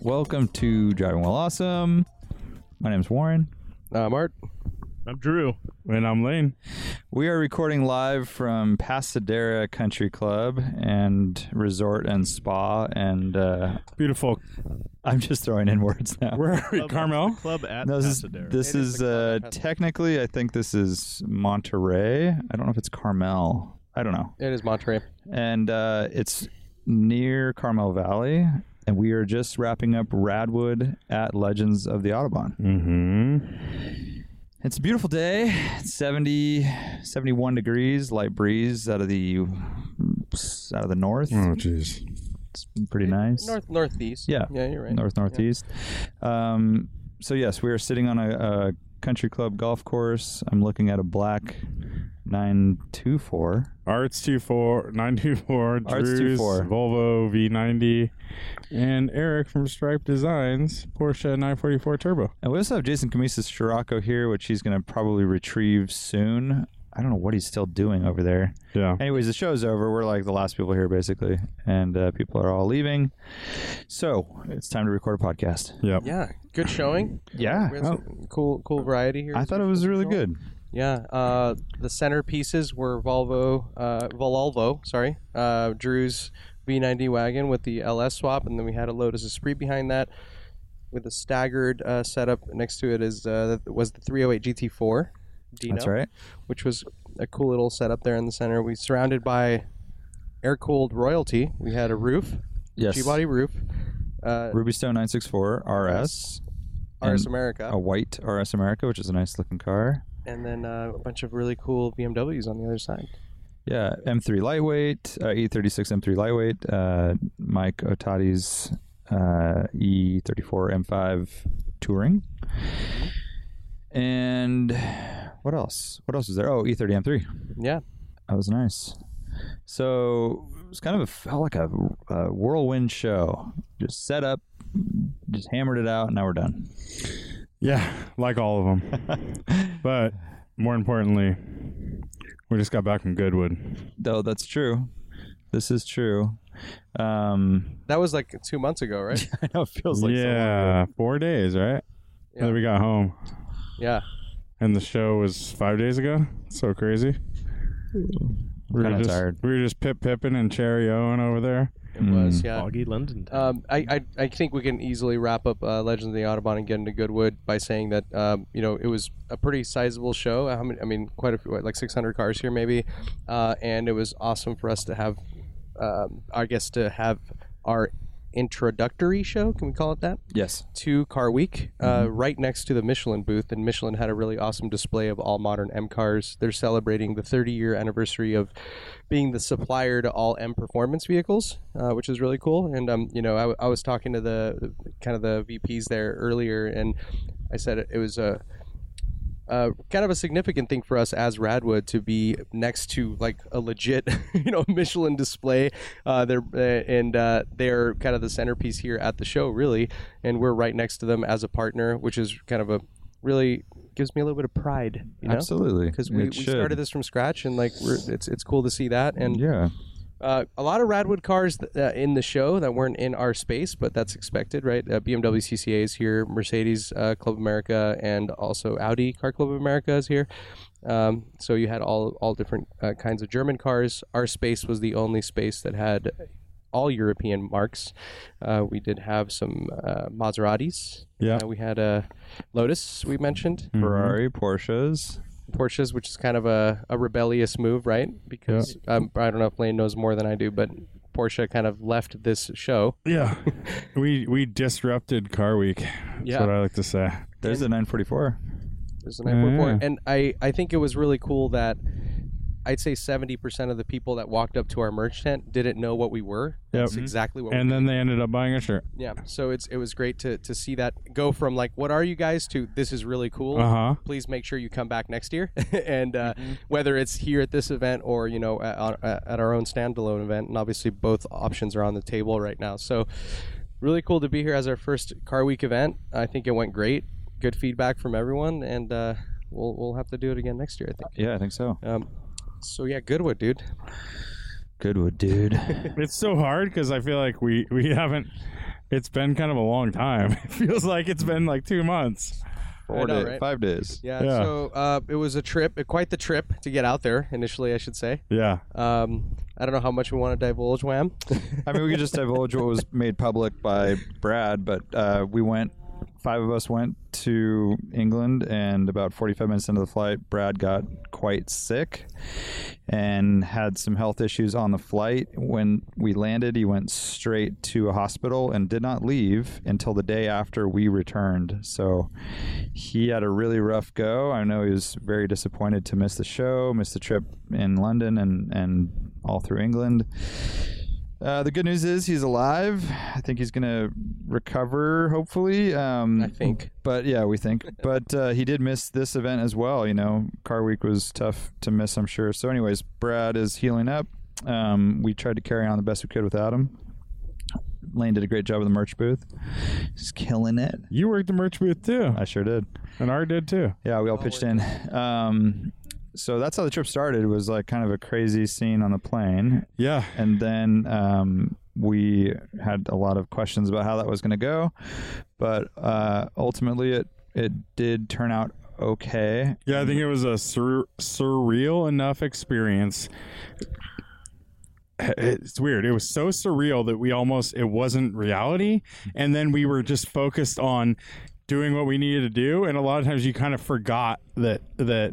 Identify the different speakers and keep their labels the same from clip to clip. Speaker 1: Welcome to Driving While Awesome. My name's Warren.
Speaker 2: Uh, Mart,
Speaker 3: I'm Drew. And I'm Lane.
Speaker 1: We are recording live from Pasadena Country Club and Resort and Spa, and uh,
Speaker 3: Beautiful.
Speaker 1: I'm just throwing in words now.
Speaker 3: Where are we? Carmel?
Speaker 4: Club at
Speaker 1: No, this is,
Speaker 4: Pasadena.
Speaker 1: this
Speaker 2: It is
Speaker 1: is
Speaker 2: the
Speaker 1: uh,
Speaker 2: club at Pasadena.
Speaker 1: technically, I think this is Monterey. I don't know if it's Carmel. I don't know.
Speaker 2: it is Monterey.
Speaker 1: And uh, it's near Carmel Valley, and we are just wrapping up Radwood at Legends of the Audubon.
Speaker 3: Mm-hmm.
Speaker 1: It's a beautiful day. It's 70, 71 degrees, light breeze out of the out of the north.
Speaker 4: Hmm.
Speaker 3: Oh, jeez.
Speaker 1: It's pretty nice.
Speaker 2: North, northeast.
Speaker 1: Yeah.
Speaker 2: Yeah, you're right.
Speaker 1: north northeast. Um, so yes, we are sitting on a, a country club golf course. I'm looking at a black 924.
Speaker 3: Arts 24, 924,
Speaker 1: Arts
Speaker 3: Drew's
Speaker 1: 24.
Speaker 3: Volvo V90, and Eric from Stripe Designs, Porsche 944 Turbo.
Speaker 1: And we also have Jason Camisa's Scirocco here, which he's going to probably retrieve soon. I don't know what he's still doing over there.
Speaker 3: Yeah.
Speaker 1: Anyways, the show's over. We're like the last people here, basically, and uh, people are all leaving. So it's time to record a podcast.
Speaker 3: Yep.
Speaker 2: Yeah, good showing.
Speaker 1: Yeah, Oh,
Speaker 2: We had some cool, cool variety here.
Speaker 1: I thought it was really good.
Speaker 2: Yeah, uh, the centerpieces were Volvo, uh, Volvo, sorry, uh, Drew's V90 wagon with the LS swap, and then we had a Lotus Esprit behind that with a staggered uh, setup. Next to it is uh, was the 308 GT4 Dino,
Speaker 1: That's right.
Speaker 2: which was a cool little setup there in the center. We surrounded by air-cooled royalty. We had a roof,
Speaker 1: Yes.
Speaker 2: G-body roof, uh,
Speaker 1: Ruby Stone 964 RS,
Speaker 2: RS
Speaker 1: and-
Speaker 2: America,
Speaker 1: a white RS America, which is a nice looking car.
Speaker 2: and then uh, a bunch of really cool BMWs on the other side.
Speaker 1: Yeah, M3 lightweight, uh, E36 M3 lightweight, uh, Mike Otati's uh, E34 M5 touring, and what else? What else is there? Oh, E30 M3.
Speaker 2: Yeah,
Speaker 1: That was nice. So it was kind of a, felt like a, a whirlwind show. Just set up, just hammered it out, and now we're done.
Speaker 3: Yeah, like all of them. but more importantly, we just got back from Goodwood.
Speaker 1: Though that's true. This is true. Um,
Speaker 2: that was like two months ago, right?
Speaker 1: I know it feels like so long ago.
Speaker 3: yeah, four days, right?
Speaker 2: Yeah.
Speaker 3: And then we got home.
Speaker 2: yeah.
Speaker 3: And the show was five days ago. So crazy. We were
Speaker 1: kinda
Speaker 3: just-
Speaker 1: tired.
Speaker 3: We were just pip pipping and cherry Owen over there.
Speaker 2: It was, yeah.
Speaker 4: Foggy London. time.
Speaker 2: Um, I, I, I think we can easily wrap up uh, Legends of the Audubon and get into Goodwood by saying that um, you know it was a pretty sizable show. How many, I mean, quite a few, what, like 600 cars here maybe, uh, and it was awesome for us to have, um, I guess, to have our introductory show. Can we call it that?
Speaker 1: Yes.
Speaker 2: to Car Week, uh, right next to the Michelin booth, and Michelin had a really awesome display of all modern M cars. They're celebrating the 30 year anniversary of being the supplier to all M performance vehicles, uh, which is really cool. And um, you know, I, w- I was talking to the the- kind of the VPs there earlier, and I said it, it was a uh, kind of a significant thing for us as Radwood to be next to like a legit, you know, Michelin display. Uh, they're uh, and uh, they're kind of the centerpiece here at the show, really, and we're right next to them as a partner, which is kind of a really gives me a little bit of pride, you know,
Speaker 1: Absolutely.
Speaker 2: because we, we started this from scratch, and like we're it's it's cool to see that, and
Speaker 1: Yeah.
Speaker 2: uh, a lot of Radwood cars th- uh, in the show that weren't in our space, but that's expected, right? Uh, BMW CCA is here, Mercedes uh, Club America, and also Audi Car Club America is here. Um, so you had all all different uh, kinds of German cars. Our space was the only space that had all European marks. Uh, we did have some uh, Maseratis.
Speaker 3: Yeah.
Speaker 2: Uh, we had a Lotus we mentioned.
Speaker 1: Ferrari, Porsches.
Speaker 2: Porsches, which is kind of a, a rebellious move, right? Because um, I don't know if Lane knows more than I do, but Porsche kind of left this show.
Speaker 3: Yeah. we we disrupted Car Week. That's
Speaker 2: Yeah.
Speaker 3: what I like to say.
Speaker 1: There's a 944.
Speaker 2: There's a 944.
Speaker 3: Yeah.
Speaker 2: And I, I think it was really cool that I'd say seventy percent of the people that walked up to our merch tent didn't know what we were.
Speaker 3: Yep. Mm-hmm.
Speaker 2: That's exactly what. we
Speaker 3: And then they ended up buying a shirt.
Speaker 2: yeah. So it's it was great to to see that go from like what are you guys to this is really cool.
Speaker 3: Uh huh.
Speaker 2: Please make sure you come back next year, and uh, whether it's here at this event or you know at, on- at our own standalone event, and obviously both options are on the table right now. So really cool to be here as our first Car Week event. I think it went great. Good feedback from everyone, and uh, we'll we'll have to do it again next year. I think.
Speaker 1: Yeah, I think so.
Speaker 2: Um, so yeah, Goodwood, dude.
Speaker 1: Goodwood, dude.
Speaker 3: It's so hard because I feel like we we haven't. It's been kind of a long time. It feels like it's been like two months.
Speaker 2: I
Speaker 1: Four
Speaker 2: know,
Speaker 1: days,
Speaker 2: right?
Speaker 1: five days.
Speaker 2: Yeah.
Speaker 3: Yeah.
Speaker 2: So uh, it was a trip, uh, quite the trip to get out there initially, I should say.
Speaker 3: Yeah.
Speaker 2: Um, I don't know how much we want to divulge, Wham.
Speaker 1: I mean, we could just divulge what was made public by Brad, but uh, we went. Five of us went to England, and about 45 minutes into the flight, Brad got quite sick and had some health issues on the flight. When we landed, he went straight to a hospital and did not leave until the day after we returned. So he had a really rough go. I know he was very disappointed to miss the show, miss the trip in London, and, and all through England. Uh, the good news is he's alive. I think he's gonna recover, hopefully. Um,
Speaker 2: I think.
Speaker 1: but yeah, we think. But uh, he did miss this event as well. You know, Car Week was tough to miss, I'm sure. So, anyways, Brad is healing up. Um, we tried to carry on the best we could without him. Lane did a great job at the merch booth. He's killing it.
Speaker 3: You worked the merch booth too,
Speaker 1: I sure did.
Speaker 3: and Art did too.
Speaker 1: Yeah, we all pitched in. Um, so that's how the trip started. It was like kind of a crazy scene on the plane,
Speaker 3: Yeah.
Speaker 1: and then um, we had a lot of questions about how that was going to go, but uh, ultimately it it did turn out okay.
Speaker 3: Yeah, I think it was a sur- surreal enough experience. It's weird. It was so surreal that we almost it wasn't reality, and then we were just focused on doing what we needed to do. And a lot of times, you kind of forgot that that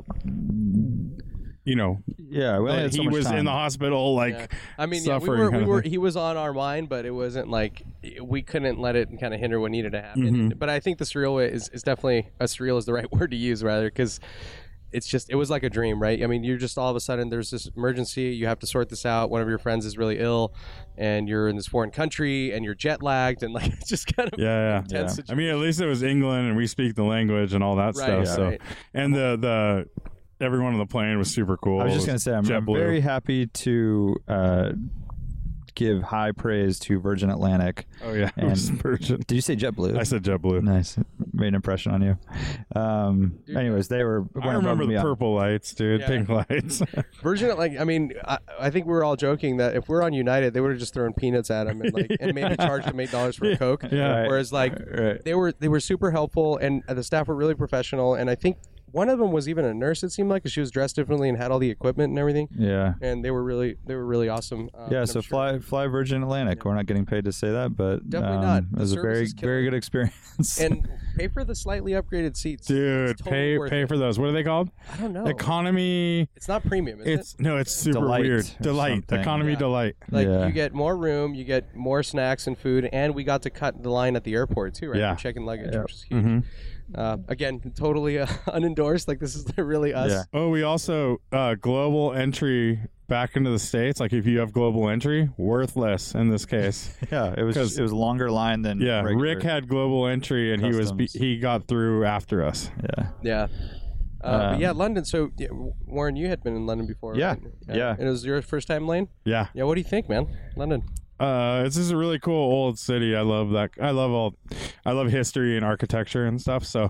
Speaker 3: you know
Speaker 1: Yeah, we only
Speaker 3: that
Speaker 1: had so
Speaker 3: he
Speaker 1: much
Speaker 3: was in
Speaker 1: time.
Speaker 3: the hospital. Like,
Speaker 2: Yeah. I mean, yeah, we
Speaker 3: suffering
Speaker 2: were,
Speaker 3: kind
Speaker 2: we
Speaker 3: of
Speaker 2: were
Speaker 3: thing.
Speaker 2: he was on our mind, but it wasn't like we couldn't let it kind of hinder what needed to happen.
Speaker 3: Mm-hmm.
Speaker 2: But I think the surreal way is, is definitely a surreal is the right word to use rather because it's just it was like a dream, right? I mean, you're just all of a sudden there's this emergency, you have to sort this out. One of your friends is really ill, and you're in this foreign country, and you're jet lagged, and like it's just kind of
Speaker 3: yeah, yeah.
Speaker 2: intense.
Speaker 3: I mean, at least it was England, and we speak the language and all that
Speaker 2: Right,
Speaker 3: stuff. So,
Speaker 2: right.
Speaker 3: and the the everyone on the plane was super cool.
Speaker 1: I was just
Speaker 3: It
Speaker 1: gonna say I'm, I'm
Speaker 3: JetBlue.
Speaker 1: very happy to uh, give high praise to Virgin Atlantic.
Speaker 3: Oh yeah, it was
Speaker 1: and-
Speaker 3: Virgin.
Speaker 1: Did you say JetBlue?
Speaker 3: I said JetBlue.
Speaker 1: Nice, made an impression on you. Um, anyways, they were.
Speaker 3: I remember the purple lights, dude.
Speaker 2: Yeah.
Speaker 3: Pink lights.
Speaker 2: Virgin, like I mean, I, I think we were all joking that if we're on United, they would have just thrown peanuts at him and like and maybe charged him eight dollars for a coke.
Speaker 3: Yeah.
Speaker 2: Whereas like
Speaker 1: Right.
Speaker 2: they were they were super helpful and uh, the staff were really professional and I think one of them was even a nurse. It seemed like 'cause she was dressed differently and had all the equipment and everything.
Speaker 1: Yeah.
Speaker 2: And they were really they were really awesome. Um,
Speaker 1: Yeah,
Speaker 2: and
Speaker 1: so
Speaker 2: I'm sure-
Speaker 1: fly fly Virgin Atlantic. We're not getting paid to say that, but
Speaker 2: Definitely
Speaker 1: um,
Speaker 2: not.
Speaker 1: It
Speaker 2: The
Speaker 1: was a
Speaker 2: service
Speaker 1: very
Speaker 2: is killer.
Speaker 1: very good experience.
Speaker 2: and pay for the slightly upgraded seats,
Speaker 3: Dude,
Speaker 2: It's totally
Speaker 3: pay
Speaker 2: worth
Speaker 3: pay
Speaker 2: it.
Speaker 3: for those. What are they called?
Speaker 2: I don't know.
Speaker 3: Economy.
Speaker 2: it's not premium. Is
Speaker 3: It's no, it's super
Speaker 1: Delight
Speaker 3: weird.
Speaker 1: or
Speaker 3: Delight.
Speaker 1: something.
Speaker 3: Economy
Speaker 2: Yeah.
Speaker 3: delight.
Speaker 2: it? like
Speaker 1: yeah.
Speaker 2: you get more room, you get more snacks and food, and we got to cut the line at the airport too, right?
Speaker 3: Yeah.
Speaker 2: check in luggage, which is huge.
Speaker 1: Mm-hmm.
Speaker 3: Mhm.
Speaker 2: Uh, again, totally uh, unendorsed. Like this is really us.
Speaker 1: Yeah.
Speaker 3: Oh, we also uh, global entry back into the states. Like if you have global entry, worthless in this case.
Speaker 1: yeah, it was
Speaker 3: 'Cause-
Speaker 1: it was a longer line than
Speaker 3: Yeah,
Speaker 1: regular.
Speaker 3: Rick had global entry and he was be-
Speaker 1: Customs.
Speaker 3: he got through after us.
Speaker 1: yeah.
Speaker 2: Yeah. Uh, but yeah,
Speaker 1: Um,
Speaker 2: London. So, yeah, W- Warren, you had been in London before.
Speaker 1: Yeah,
Speaker 2: right?
Speaker 1: yeah.
Speaker 2: And it was your first time, Lane.
Speaker 3: Yeah.
Speaker 2: Yeah. What do you think, man? London.
Speaker 3: Uh, it's just a really cool old city. I love that. I love all, I love history and architecture and stuff. So,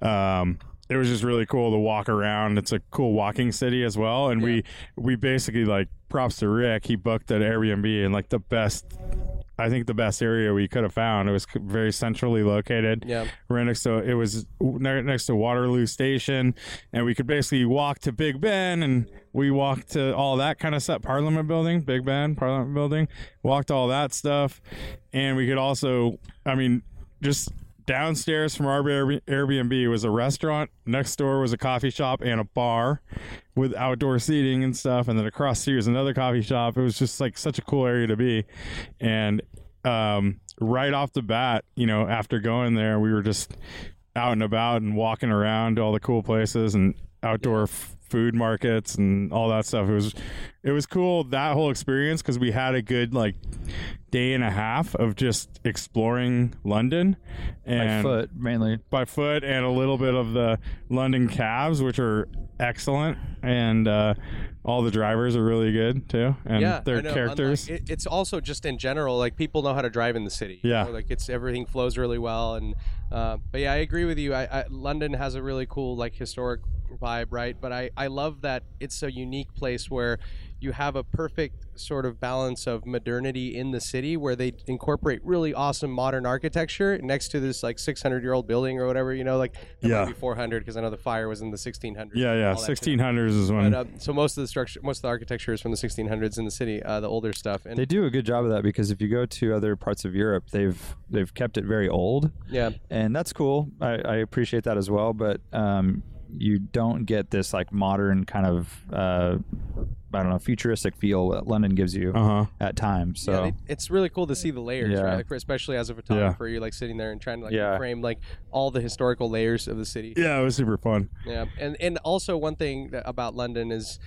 Speaker 3: um, it was just really cool to walk around. It's a cool walking city as well. And we, we basically like props to Rick. He booked an Airbnb in like the best, I think the best area we could have found. It was c- very centrally located.
Speaker 2: Yeah.
Speaker 3: Right next to, it was ne- next to Waterloo Station. And we could basically walk to Big Ben and we walked to all that kind of stuff. Parliament Building, Big Ben, Parliament Building walked all that stuff and we could also i mean just downstairs from our Airb- airbnb was a restaurant next door was a coffee shop and a bar with outdoor seating and stuff and then across the street was another coffee shop it was just like such a cool area to be and um, right off the bat you know after going there we were just out and about and walking around all the cool places and outdoor f- food markets and all that stuff. It was it was cool that whole experience because we had a good like day and a half of just exploring London
Speaker 1: My
Speaker 3: and
Speaker 1: foot mainly.
Speaker 3: by foot and a little bit of the London cabs, which are excellent, and uh, all the drivers are really good too, and
Speaker 2: yeah, I
Speaker 3: their
Speaker 2: know,
Speaker 3: characters.
Speaker 2: unlike- it- it's also just in general, like people know how to drive in the city. you
Speaker 3: Yeah.
Speaker 2: know, like it's everything flows really well, and uh, but yeah, I agree with you. I, I London has a really cool like historic vibe, right? But I I love that it's a unique place where you have a perfect sort of balance of modernity in the city where they incorporate really awesome modern architecture next to this like 600 year old building or whatever you know like it
Speaker 3: Yeah.
Speaker 2: might be 400 because i know the fire was in the 1600s
Speaker 3: yeah,
Speaker 2: and
Speaker 3: yeah,
Speaker 2: all that shit.
Speaker 3: sixteen hundreds is when.
Speaker 2: But um, so most of the structure, most of the architecture is from the 1600s in the city, uh, the older stuff. And
Speaker 1: They do a good job of that because if you go to other parts of Europe, they've they've kept it very old,
Speaker 2: yeah,
Speaker 1: and that's cool. I, I appreciate that as well, but um, you don't get this like modern kind of uh, I don't know futuristic feel that London gives you
Speaker 3: uh huh.
Speaker 1: at times. So
Speaker 2: yeah, they- it's really cool to see the layers,
Speaker 1: Yeah.
Speaker 2: right? Like, especially as a photographer, you're like sitting there and trying to like
Speaker 1: Yeah.
Speaker 2: frame like all the historical layers of the city.
Speaker 3: Yeah, it was super fun.
Speaker 2: Yeah, and and also one thing that, about London is.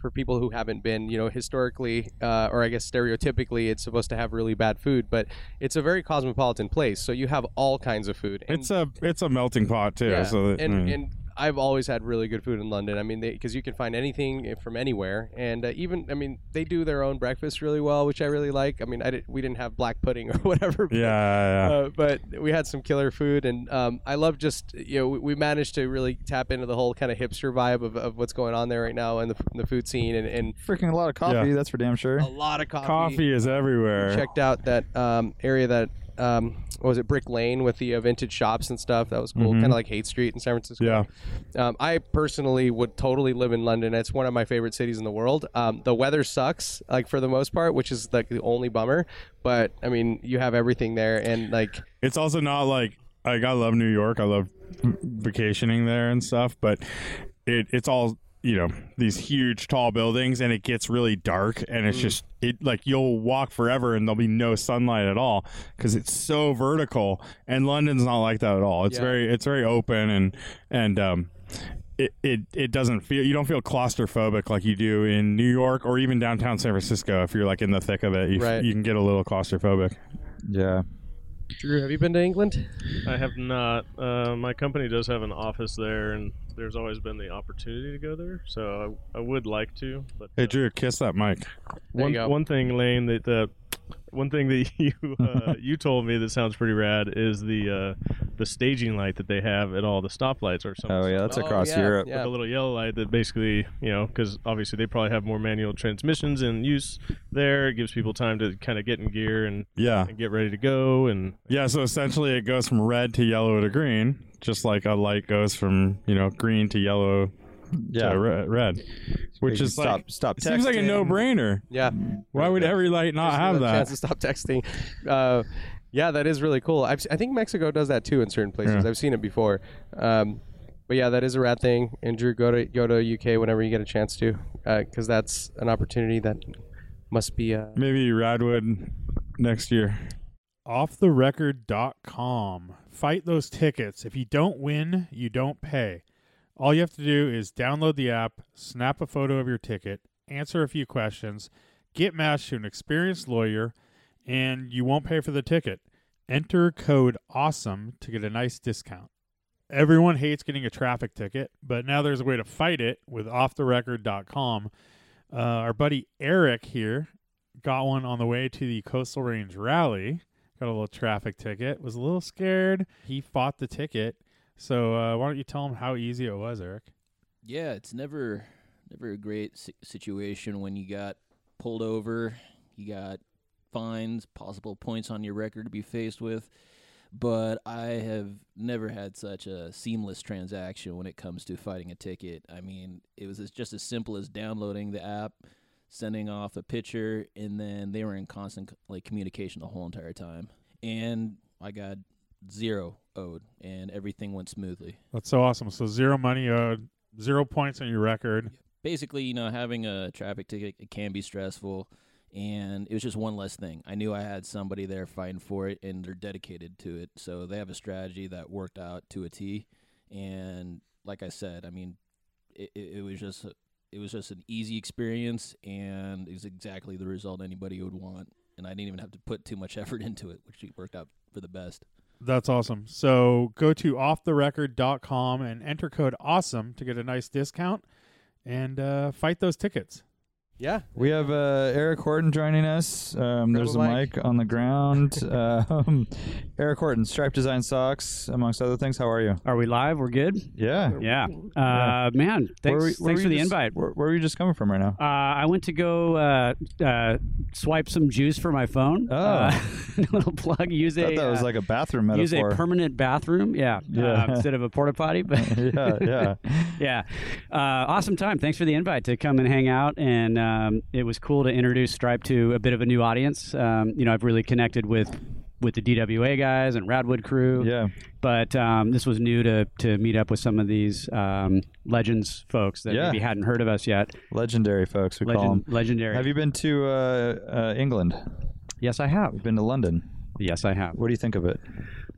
Speaker 2: For people who haven't been, you know, historically, uh, or I guess stereotypically, it's supposed to have really bad food, but it's a very cosmopolitan place. So you have all kinds of food. And
Speaker 3: It's a it's a melting pot too.
Speaker 2: Yeah,
Speaker 3: So that,
Speaker 2: and
Speaker 3: mm.
Speaker 2: and I've always had really good food in London. I mean, because you can find anything eh, from anywhere, and uh, even I mean, they do their own breakfast really well, which I really like. I mean, I did, we didn't have black pudding or whatever. but,
Speaker 3: yeah, yeah, yeah.
Speaker 2: Uh, but we had some killer food, and um, I love just you know we, we managed to really tap into the whole kind of hipster vibe of, of what's going on there right now and the, the food scene and, and
Speaker 1: freaking a lot of coffee.
Speaker 3: Yeah. Oh.
Speaker 1: That's for damn sure.
Speaker 2: a lot of coffee.
Speaker 3: coffee is everywhere.
Speaker 2: Checked out that um, area that um, what was it Brick Lane with the uh, vintage shops and stuff. That was cool, kind of like Haight Street in San Francisco.
Speaker 3: yeah,
Speaker 2: Um, I personally would totally live in London. It's one of my favorite cities in the world. Um, the weather sucks, like for the most part, which is like the only bummer. But I mean, you have everything there, and like,
Speaker 3: it's also not like like I love New York. I love vacationing there and stuff, but it it's all you know these huge tall buildings and it gets really dark and
Speaker 2: Mm.
Speaker 3: it's just it like you'll walk forever and there'll be no sunlight at all because it's so vertical and london's not like that at all it's
Speaker 2: Yeah.
Speaker 3: very it's very open and and um it, it it doesn't feel you don't feel claustrophobic like you do in new york or even downtown san francisco if you're like in the thick of it you, f-
Speaker 2: Right.
Speaker 3: you can get a little claustrophobic
Speaker 1: Yeah.
Speaker 2: Drew, have you been to England?
Speaker 4: I have not. Uh, my company does have an office there, and there's always been the opportunity to go there. So I, I would like to. But
Speaker 3: hey
Speaker 4: uh,
Speaker 3: drew kiss that mic
Speaker 2: There
Speaker 4: one
Speaker 2: you go.
Speaker 4: one thing, Lane, that uh, one thing that you uh, you told me that sounds pretty rad is the uh, the staging light that they have at all the stoplights or something.
Speaker 1: Oh yeah, that's
Speaker 2: Oh,
Speaker 1: across
Speaker 2: yeah,
Speaker 1: Europe.
Speaker 2: yeah.
Speaker 4: The little yellow light that basically, you know, because obviously they probably have more manual transmissions in use there. It gives people time to kind of get in gear and,
Speaker 3: yeah
Speaker 4: and get ready to go. And
Speaker 3: Yeah, so essentially it goes from red to yellow to green, just like a light goes from, you know, green to yellow
Speaker 1: Yeah.
Speaker 3: to re- red. Which
Speaker 1: You
Speaker 3: is
Speaker 1: stop,
Speaker 3: like
Speaker 1: stop.
Speaker 3: it seems like a
Speaker 1: texting.
Speaker 3: no-brainer.
Speaker 2: Yeah,
Speaker 3: Why would every light not
Speaker 2: Just
Speaker 3: have
Speaker 2: another Chance
Speaker 3: that?
Speaker 2: to stop texting. Uh, yeah, that is really cool. I've, s- I think Mexico does that too in certain places.
Speaker 3: Yeah.
Speaker 2: I've seen it before. Um, but yeah, that is a rad thing. And Drew, go to go to UK whenever you get a chance to, because that's an opportunity that must be. Uh,
Speaker 3: Maybe Radwood next year.
Speaker 5: offtherecord.com. Fight those tickets. If you don't win, you don't pay. All you have to do is download the app, snap a photo of your ticket, answer a few questions, get matched to an experienced lawyer, and you won't pay for the ticket. Enter code AWESOME to get a nice discount. Everyone hates getting a traffic ticket, but now there's a way to fight it with offtherecord.com. Uh, our buddy Eric here got one on the way to the Coastal Range Rally got a little traffic ticket was a little scared he fought the ticket so uh, why don't you tell him how easy it was eric
Speaker 6: Yeah, it's never never a great si- situation when you got pulled over, you got fines, possible points on your record to be faced with. But I have never had such a seamless transaction when it comes to fighting a ticket. I mean, it was as- just as simple as downloading the app, sending off a picture, and then they were in constant like communication the whole entire time. And I got zero owed, and everything went smoothly.
Speaker 5: that's so awesome so zero money owed zero points on your record
Speaker 6: basically, you know, having a traffic ticket it can be stressful, and it was just one less thing. I knew I had somebody there fighting for it, and they're dedicated to it, so they have a strategy that worked out to a T. And like I said, I mean, it, it, it was just a, it was just an easy experience, and it was exactly the result anybody would want. And I didn't even have to put too much effort into it, which worked out for the best.
Speaker 5: That's awesome. So go to offtherecord.com and enter code awesome to get a nice discount and uh, fight those tickets.
Speaker 2: Yeah.
Speaker 1: We have uh, Eric Horton joining us. Um, there's a
Speaker 2: Grab a
Speaker 1: mic. on the ground. um, Eric Horton, Stripe Design Socks, amongst other things. How are you?
Speaker 7: Are we live? We're good.
Speaker 1: Yeah.
Speaker 7: Yeah. Uh, man, thanks.
Speaker 1: were you- where were
Speaker 7: thanks for
Speaker 1: you
Speaker 7: the
Speaker 1: just-
Speaker 7: invite.
Speaker 1: Where, where are you just coming from right now?
Speaker 7: Uh, I went to go uh, uh, swipe some juice for my phone. Oh, uh, little plug. Use
Speaker 1: I
Speaker 7: a
Speaker 1: thought that was
Speaker 7: uh,
Speaker 1: like a bathroom
Speaker 7: use a
Speaker 1: metaphor.
Speaker 7: permanent bathroom. Yeah,
Speaker 1: Yeah.
Speaker 7: Uh, instead of a porta potty. But
Speaker 1: yeah, yeah.
Speaker 7: yeah. Uh, awesome time. Thanks for the invite to come and hang out. And um, it was cool to introduce Stripe to a bit of a new audience. Um, you know, I've really connected with with the DWA guys and Radwood crew.
Speaker 1: Yeah.
Speaker 7: But um, this was new to to meet up with some of these um, legends folks that
Speaker 1: Yeah.
Speaker 7: maybe hadn't heard of us yet.
Speaker 1: Legendary folks, we call
Speaker 7: Legend,
Speaker 1: them.
Speaker 7: legendary.
Speaker 1: Have you been to uh, uh, England?
Speaker 7: yes, I have.
Speaker 1: You've been to London.
Speaker 7: Yes, I have.
Speaker 1: What do you think of it?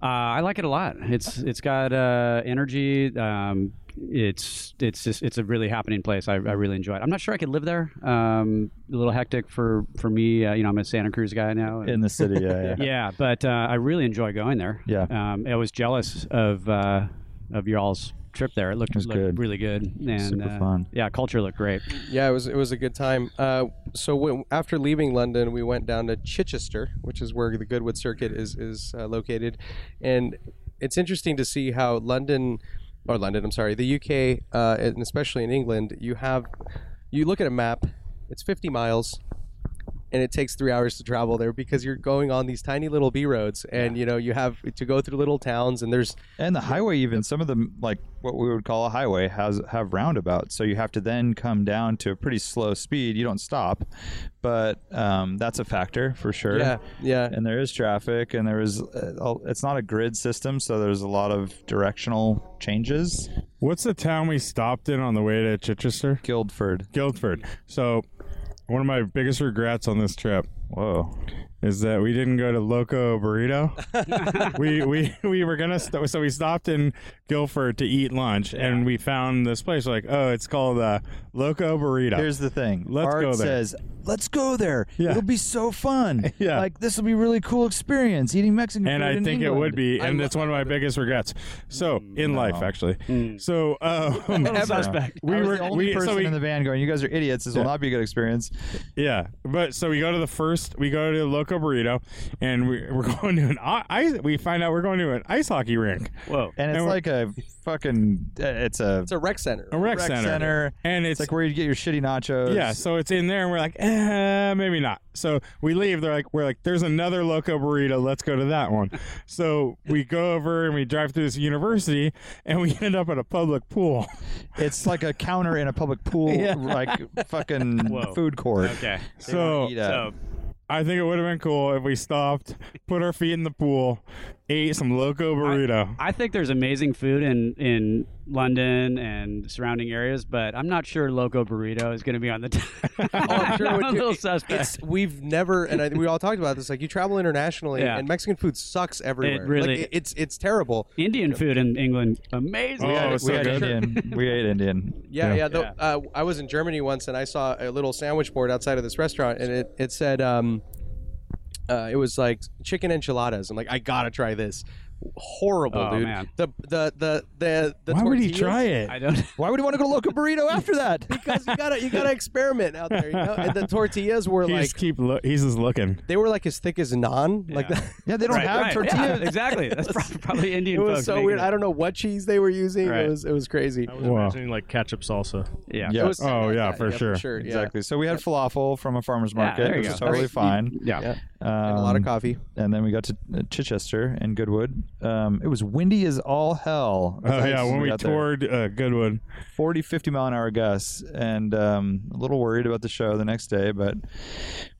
Speaker 7: Uh, I like it a lot. It's it's got uh, energy. Um, it's it's just it's a really happening place. I, I really enjoy it. I'm not sure I could live there. Um, a little hectic for for me. Uh, you know, I'm a Santa Cruz guy now. and-
Speaker 1: In the city, yeah, yeah.
Speaker 7: yeah, but uh, I really enjoy going there.
Speaker 1: Yeah.
Speaker 7: Um, I was jealous of uh, of y'all's trip there. It looked,
Speaker 1: was
Speaker 7: looked
Speaker 1: good.
Speaker 7: really good and
Speaker 1: Super
Speaker 7: uh,
Speaker 1: fun.
Speaker 7: Yeah, culture looked great.
Speaker 2: Yeah, it was it was a good time. Uh, so when, after leaving London, we went down to Chichester, which is where the Goodwood Circuit is is uh, located, and it's interesting to see how London, or London, I'm sorry, the UK, uh, and especially in England, you have you look at a map, it's 50 miles. And it takes three hours to travel there because you're going on these tiny little B roads, and you know you have to go through little towns, and there's
Speaker 1: And the highway, even some of them, like what we would call a highway, has have roundabouts. So you have to then come down to a pretty slow speed. You don't stop, but um, that's a factor for sure.
Speaker 2: yeah, yeah,
Speaker 1: And there is traffic, and there is. Uh, all- it's not a grid system, so there's a lot of directional changes.
Speaker 3: What's the town we stopped in on the way to Chichester?
Speaker 1: Guildford.
Speaker 3: Guildford. So, one of my biggest regrets on this trip
Speaker 1: Whoa.
Speaker 3: is that we didn't go to Loco Burrito. we we we were gonna st- so we stopped in Guilford to eat lunch, and we found this place. Like, oh, it's called uh, Loco Burrito.
Speaker 1: Here's the thing.
Speaker 3: Let's
Speaker 1: Art
Speaker 3: go there.
Speaker 1: says, "Let's go there.
Speaker 3: Yeah.
Speaker 1: It'll be so fun.
Speaker 3: Yeah.
Speaker 1: Like this will be a really cool experience eating Mexican
Speaker 3: and
Speaker 1: food
Speaker 3: I
Speaker 1: in
Speaker 3: think it
Speaker 1: England."
Speaker 3: would be, and
Speaker 2: lo-
Speaker 3: it's one of my biggest regrets. So in life, actually. So um,
Speaker 7: suspect.
Speaker 3: we
Speaker 1: I Hmm. was
Speaker 3: were
Speaker 1: the only
Speaker 3: we,
Speaker 1: person
Speaker 3: so we,
Speaker 1: in the van going, "You guys are idiots. This will not be a good experience."
Speaker 3: Yeah, but so we go to the first, we go to Loco Burrito, and we, we're going to an i- ice. We find out we're going to an ice hockey rink,
Speaker 7: Whoa.
Speaker 1: And it's
Speaker 3: And we're-
Speaker 1: like a fucking. uh, It's a
Speaker 2: it's a rec center.
Speaker 3: a rec, center. and
Speaker 1: It's
Speaker 3: it's,
Speaker 1: like where you get your shitty nachos.
Speaker 3: yeah. So it's in there, and we're like, eh, maybe not. So we leave. They're like, we're like, there's another Loco Burrito. Let's go to that one. so we go over and we drive through this university, and we end up at a public pool.
Speaker 1: It's like a counter in a public pool, like fucking
Speaker 7: Whoa.
Speaker 1: food court.
Speaker 7: Okay.
Speaker 1: They wanna
Speaker 3: So
Speaker 1: eat at.
Speaker 7: So
Speaker 3: I think it would have been cool if we stopped, put our feet in the pool, ate some Loco Burrito.
Speaker 7: I think there's amazing food in in London and surrounding areas, but I'm not sure Loco Burrito is going to be on the. T-
Speaker 2: Oh, I'm sure it would
Speaker 7: I'm a
Speaker 2: do-
Speaker 7: little
Speaker 2: it-
Speaker 7: suspect.
Speaker 2: It's, we've never, and I, we all talked about this. Like you travel internationally,
Speaker 7: Yeah.
Speaker 2: and Mexican food sucks everywhere.
Speaker 7: really-
Speaker 2: like, it- it's it's terrible.
Speaker 7: Indian food in England, amazing.
Speaker 3: Oh,
Speaker 1: we
Speaker 3: it's so
Speaker 1: had
Speaker 3: good.
Speaker 1: Indian. We ate Indian.
Speaker 2: Yeah, yeah. the- Uh, I was in Germany once, and I saw a little sandwich board outside of this restaurant, and it it said, um, uh, it was like chicken enchiladas. I'm like, I gotta try this. Horrible,
Speaker 7: Oh,
Speaker 2: dude.
Speaker 7: man.
Speaker 2: The the the the the.
Speaker 3: Why would he
Speaker 2: tortillas-
Speaker 3: try it?
Speaker 7: I don't.
Speaker 1: Why would you want to go to Loco Burrito after that?
Speaker 2: Because you gotta you gotta experiment out there. You know? And the tortillas were
Speaker 3: He
Speaker 2: like
Speaker 3: just keep look. He's just looking.
Speaker 2: they were like as thick as naan, like that.
Speaker 1: yeah, they don't
Speaker 7: Right,
Speaker 1: have
Speaker 7: right,
Speaker 1: tortillas.
Speaker 7: yeah, exactly. That's prob- probably
Speaker 2: It
Speaker 7: Indian.
Speaker 2: was
Speaker 7: folks
Speaker 2: so
Speaker 7: making
Speaker 2: weird.
Speaker 7: it.
Speaker 2: I don't know what cheese they were using.
Speaker 7: Right.
Speaker 2: It was it was crazy.
Speaker 4: I was
Speaker 3: Wow.
Speaker 4: imagining like ketchup salsa.
Speaker 7: Yeah.
Speaker 1: Yeah.
Speaker 2: It was something
Speaker 3: Oh,
Speaker 2: like
Speaker 3: yeah,
Speaker 2: that.
Speaker 3: for sure.
Speaker 2: yeah.
Speaker 1: Exactly. So we had falafel from a farmer's
Speaker 7: Yeah,
Speaker 1: market,
Speaker 7: there you
Speaker 1: which
Speaker 7: go.
Speaker 1: is totally
Speaker 2: That's-
Speaker 1: fine.
Speaker 7: Yeah.
Speaker 2: Yeah. And a lot
Speaker 1: Um,
Speaker 2: of coffee.
Speaker 1: and then we got to uh, Chichester and Goodwood. Um, it was windy as all hell.
Speaker 3: Oh yeah, when we
Speaker 1: got there.
Speaker 3: toured uh, Goodwood.
Speaker 1: 40, 50 mile an hour gusts, and um, a little worried about the show the next day, but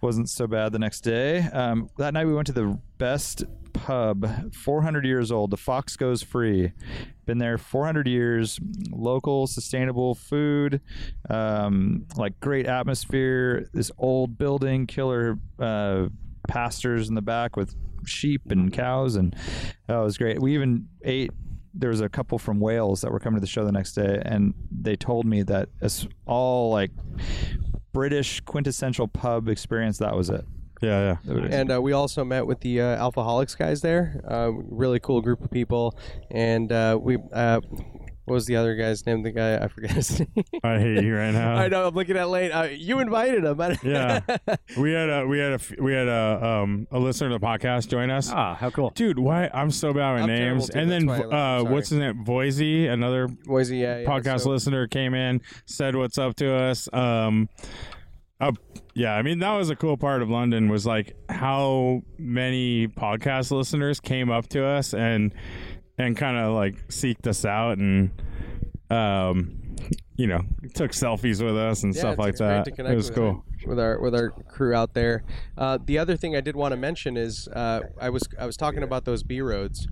Speaker 1: wasn't so bad the next day. Um, that night we went to the best pub, 400 years old. The Fox Goes Free. Been there 400 years. Local, sustainable food, um, like great atmosphere. This old building, killer uh, pastures in the back with sheep and cows, and oh, it was great. We even ate there was a couple from Wales that were coming to the show the next day, and they told me that it's all like British quintessential pub experience. That was it.
Speaker 3: Yeah, yeah.
Speaker 2: And uh, we also met with the uh, Alphaholics guys there. Uh, really cool group of people. And uh, we, uh, what was the other guy's name? The guy I forget his name.
Speaker 3: I hate you right now.
Speaker 2: I know. I'm looking at Lane. Uh, you invited him. I-
Speaker 3: Yeah. We had a we had a f- we had a um a listener to the podcast join us.
Speaker 7: Ah, how cool.
Speaker 3: Dude, why I'm so bad with
Speaker 2: I'm terrible
Speaker 3: names.
Speaker 2: too,
Speaker 3: and then
Speaker 2: that's why I
Speaker 3: uh
Speaker 2: left,
Speaker 3: what's his name? Boise, another
Speaker 2: Boise, yeah, yeah,
Speaker 3: podcast
Speaker 2: so-
Speaker 3: listener came in, said what's up to us. Um uh, yeah, I mean that was a cool part of London was like how many podcast listeners came up to us and and kind of like seeked us out and um you know took selfies with us and
Speaker 2: Yeah,
Speaker 3: stuff
Speaker 2: it's
Speaker 3: like
Speaker 2: great
Speaker 3: that.
Speaker 2: to
Speaker 3: It
Speaker 2: connect
Speaker 3: was
Speaker 2: with
Speaker 3: cool.
Speaker 2: our- with our with our crew out there. Uh, the other thing I did want to mention is uh, I was I was talking about those B roads,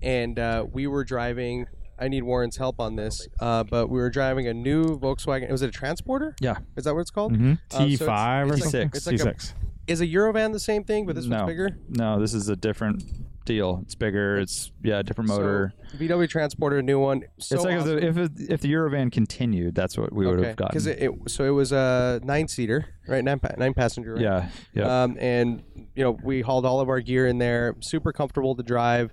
Speaker 2: and uh, we were driving. I need Warren's help on this, uh, but we were driving a new Volkswagen. Was it a transporter?
Speaker 1: Yeah.
Speaker 2: Is that what it's called? Uh, so
Speaker 3: Mm-hmm. T
Speaker 2: it's-
Speaker 3: five or
Speaker 2: it's like-
Speaker 3: something.
Speaker 2: it's like a-
Speaker 3: T6.
Speaker 2: Is a Eurovan the same thing, but this
Speaker 1: no,
Speaker 2: one's bigger?
Speaker 1: no, this is a different deal. It's bigger. It's yeah, different motor.
Speaker 2: So, VW transporter, a new one. So
Speaker 1: it's like
Speaker 2: awesome.
Speaker 1: if, the, if it- if the Eurovan continued, that's what we would have gotten.
Speaker 2: Because it, it, so it was a nine seater, right? Nine pa- nine passenger. Right?
Speaker 1: yeah, yeah.
Speaker 2: Um, and you know, we hauled all of our gear in there. Super comfortable to drive.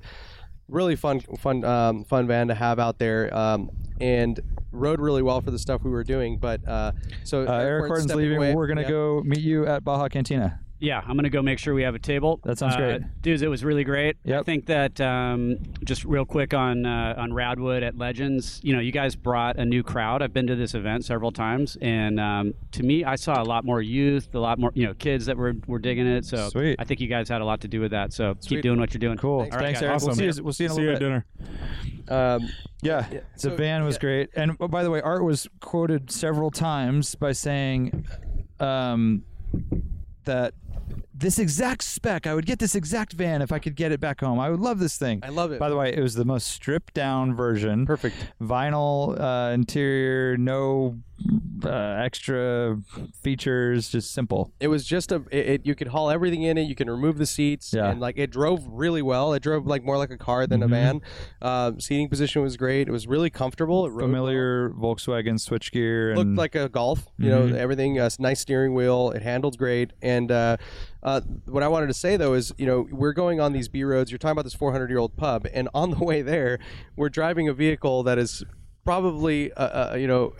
Speaker 2: Really fun, fun, um, fun van to have out there. Um, and rode really well for the stuff we were doing. But uh, so
Speaker 1: uh, Eric
Speaker 2: airport's
Speaker 1: Horton's
Speaker 2: stepping
Speaker 1: leaving.
Speaker 2: away.
Speaker 1: We're gonna
Speaker 2: Yeah.
Speaker 1: go meet you at Baja Cantina.
Speaker 7: Yeah, I'm gonna go make sure we have a table.
Speaker 1: That sounds
Speaker 7: Uh,
Speaker 1: great.
Speaker 7: dudes. It was really great. I
Speaker 1: Yep.
Speaker 7: think that um, just real quick on uh, on Radwood at Legends. You know, you guys brought a new crowd. I've been to this event several times, and um, to me, I saw a lot more youth, a lot more you know kids that were were digging it. So
Speaker 1: Sweet.
Speaker 7: I think you guys had a lot to do with that. So
Speaker 2: Sweet.
Speaker 7: keep doing what you're doing.
Speaker 1: Cool.
Speaker 2: Thanks,
Speaker 7: All right,
Speaker 1: Thanks,
Speaker 7: guys.
Speaker 1: Eric.
Speaker 3: Awesome.
Speaker 1: We'll see you. We'll see you in a
Speaker 3: See you
Speaker 1: little
Speaker 3: at
Speaker 1: bit.
Speaker 3: dinner.
Speaker 2: Um,
Speaker 1: Yeah. the
Speaker 2: so-
Speaker 1: van was great. And oh, by the way, Art was quoted several times by saying um, that this exact spec, I would get this exact van if I could get it back home. I would love this thing.
Speaker 2: I love it.
Speaker 1: By the way, it was the most stripped down version.
Speaker 2: Perfect.
Speaker 1: Vinyl uh, interior, no uh, extra features, just simple.
Speaker 2: it was just a it, it- you could haul everything in it you can remove the seats
Speaker 1: Yeah. Mm-hmm.
Speaker 2: and like it drove really well it drove like more like a car than a van um, seating position was great it was really comfortable it rode
Speaker 1: Familiar Volkswagen switchgear.
Speaker 2: well.
Speaker 1: And Mm-hmm.
Speaker 2: looked like a golf you know everything uh, s- nice steering wheel it handled great and uh, uh, what i wanted to say though is you know we're going on these b roads you're talking about this 400 year old pub and on the way there we're driving a vehicle that is probably uh, uh, you know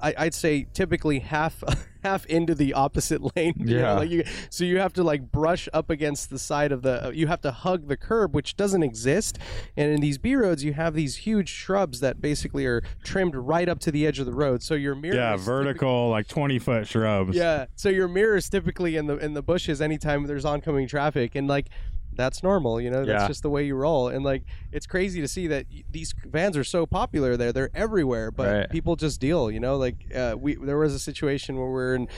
Speaker 2: I, i'd say typically half half into the opposite lane you know,
Speaker 1: Yeah.
Speaker 2: like you, so you have to like brush up against the side of the uh, you have to hug the curb which doesn't exist and in these b roads you have these huge shrubs that basically are trimmed right up to the edge of the road so your mirror
Speaker 3: Yeah,
Speaker 2: is typically-
Speaker 3: vertical, like twenty foot shrubs.
Speaker 2: yeah so your mirror is typically in the in the bushes anytime there's oncoming traffic and like that's normal you know that's
Speaker 1: Yeah.
Speaker 2: just the way you roll and like it's crazy to see that y- these vans are so popular there they're everywhere but
Speaker 1: Right.
Speaker 2: people just deal you know like uh, we there was a situation where we're in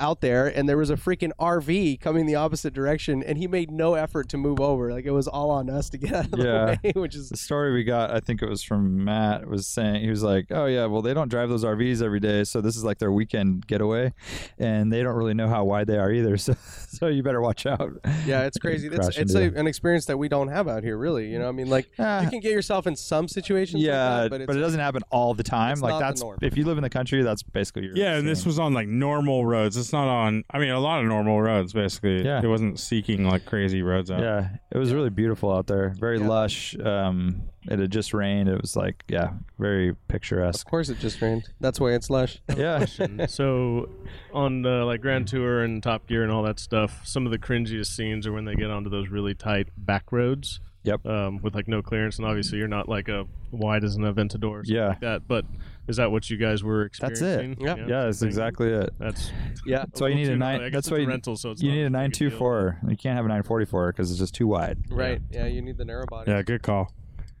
Speaker 2: out there and there was a freaking RV coming the opposite direction and he made no effort to move over like it was all on us to get out of
Speaker 1: Yeah.
Speaker 2: the way which is
Speaker 1: the story we got, I think it was from Matt, was saying he was like, "Oh yeah, well they don't drive those RVs every day, so this is like their weekend getaway, and they don't really know how wide they are either, so so you better watch out."
Speaker 2: yeah it's crazy it's,
Speaker 1: Crash
Speaker 2: it's
Speaker 1: into
Speaker 2: a,
Speaker 1: the-
Speaker 2: an experience that we don't have out here really you know I mean like
Speaker 1: Ah.
Speaker 2: you can get yourself in some situations like
Speaker 1: yeah,
Speaker 2: that,
Speaker 1: but,
Speaker 2: it's
Speaker 1: it doesn't happen all the time.
Speaker 2: it's
Speaker 1: Like
Speaker 2: not the
Speaker 1: that's
Speaker 2: norm.
Speaker 1: if you live in the country, that's basically your
Speaker 3: Yeah, and this
Speaker 1: scene.
Speaker 3: was on like normal roads. It's not on. I mean, a lot of normal roads basically.
Speaker 1: Yeah.
Speaker 3: it wasn't seeking like crazy roads out.
Speaker 1: yeah, it was really beautiful out there, very
Speaker 2: Yeah.
Speaker 1: lush. Um, it had just rained. It was like yeah, very
Speaker 2: Of
Speaker 1: picturesque.
Speaker 2: course, it just rained. That's why it's lush.
Speaker 1: Yeah,
Speaker 4: so on the like grand tour and top gear and all that stuff some of the cringiest scenes are when they get onto those really tight back roads
Speaker 1: Yep.
Speaker 4: um, with like no clearance and obviously you're not like a wide as an aventador or something
Speaker 1: Yeah.
Speaker 4: like that but is that what you guys were
Speaker 1: That's it.
Speaker 4: experiencing
Speaker 2: Yeah.
Speaker 1: yeah, that's
Speaker 4: thing?
Speaker 1: exactly it.
Speaker 4: that's
Speaker 2: Yeah.
Speaker 1: That's why you need a
Speaker 4: too-
Speaker 1: nine.
Speaker 4: I guess
Speaker 1: that's
Speaker 4: it's
Speaker 1: why
Speaker 4: a
Speaker 1: you,
Speaker 4: rental, so it's
Speaker 1: you
Speaker 4: not
Speaker 1: need a
Speaker 4: a
Speaker 1: nine
Speaker 4: big
Speaker 1: two
Speaker 4: deal.
Speaker 1: four. You can't have a nine forty four because it's just too wide.
Speaker 2: Right. Yeah. you need the narrow body.
Speaker 3: yeah, good call.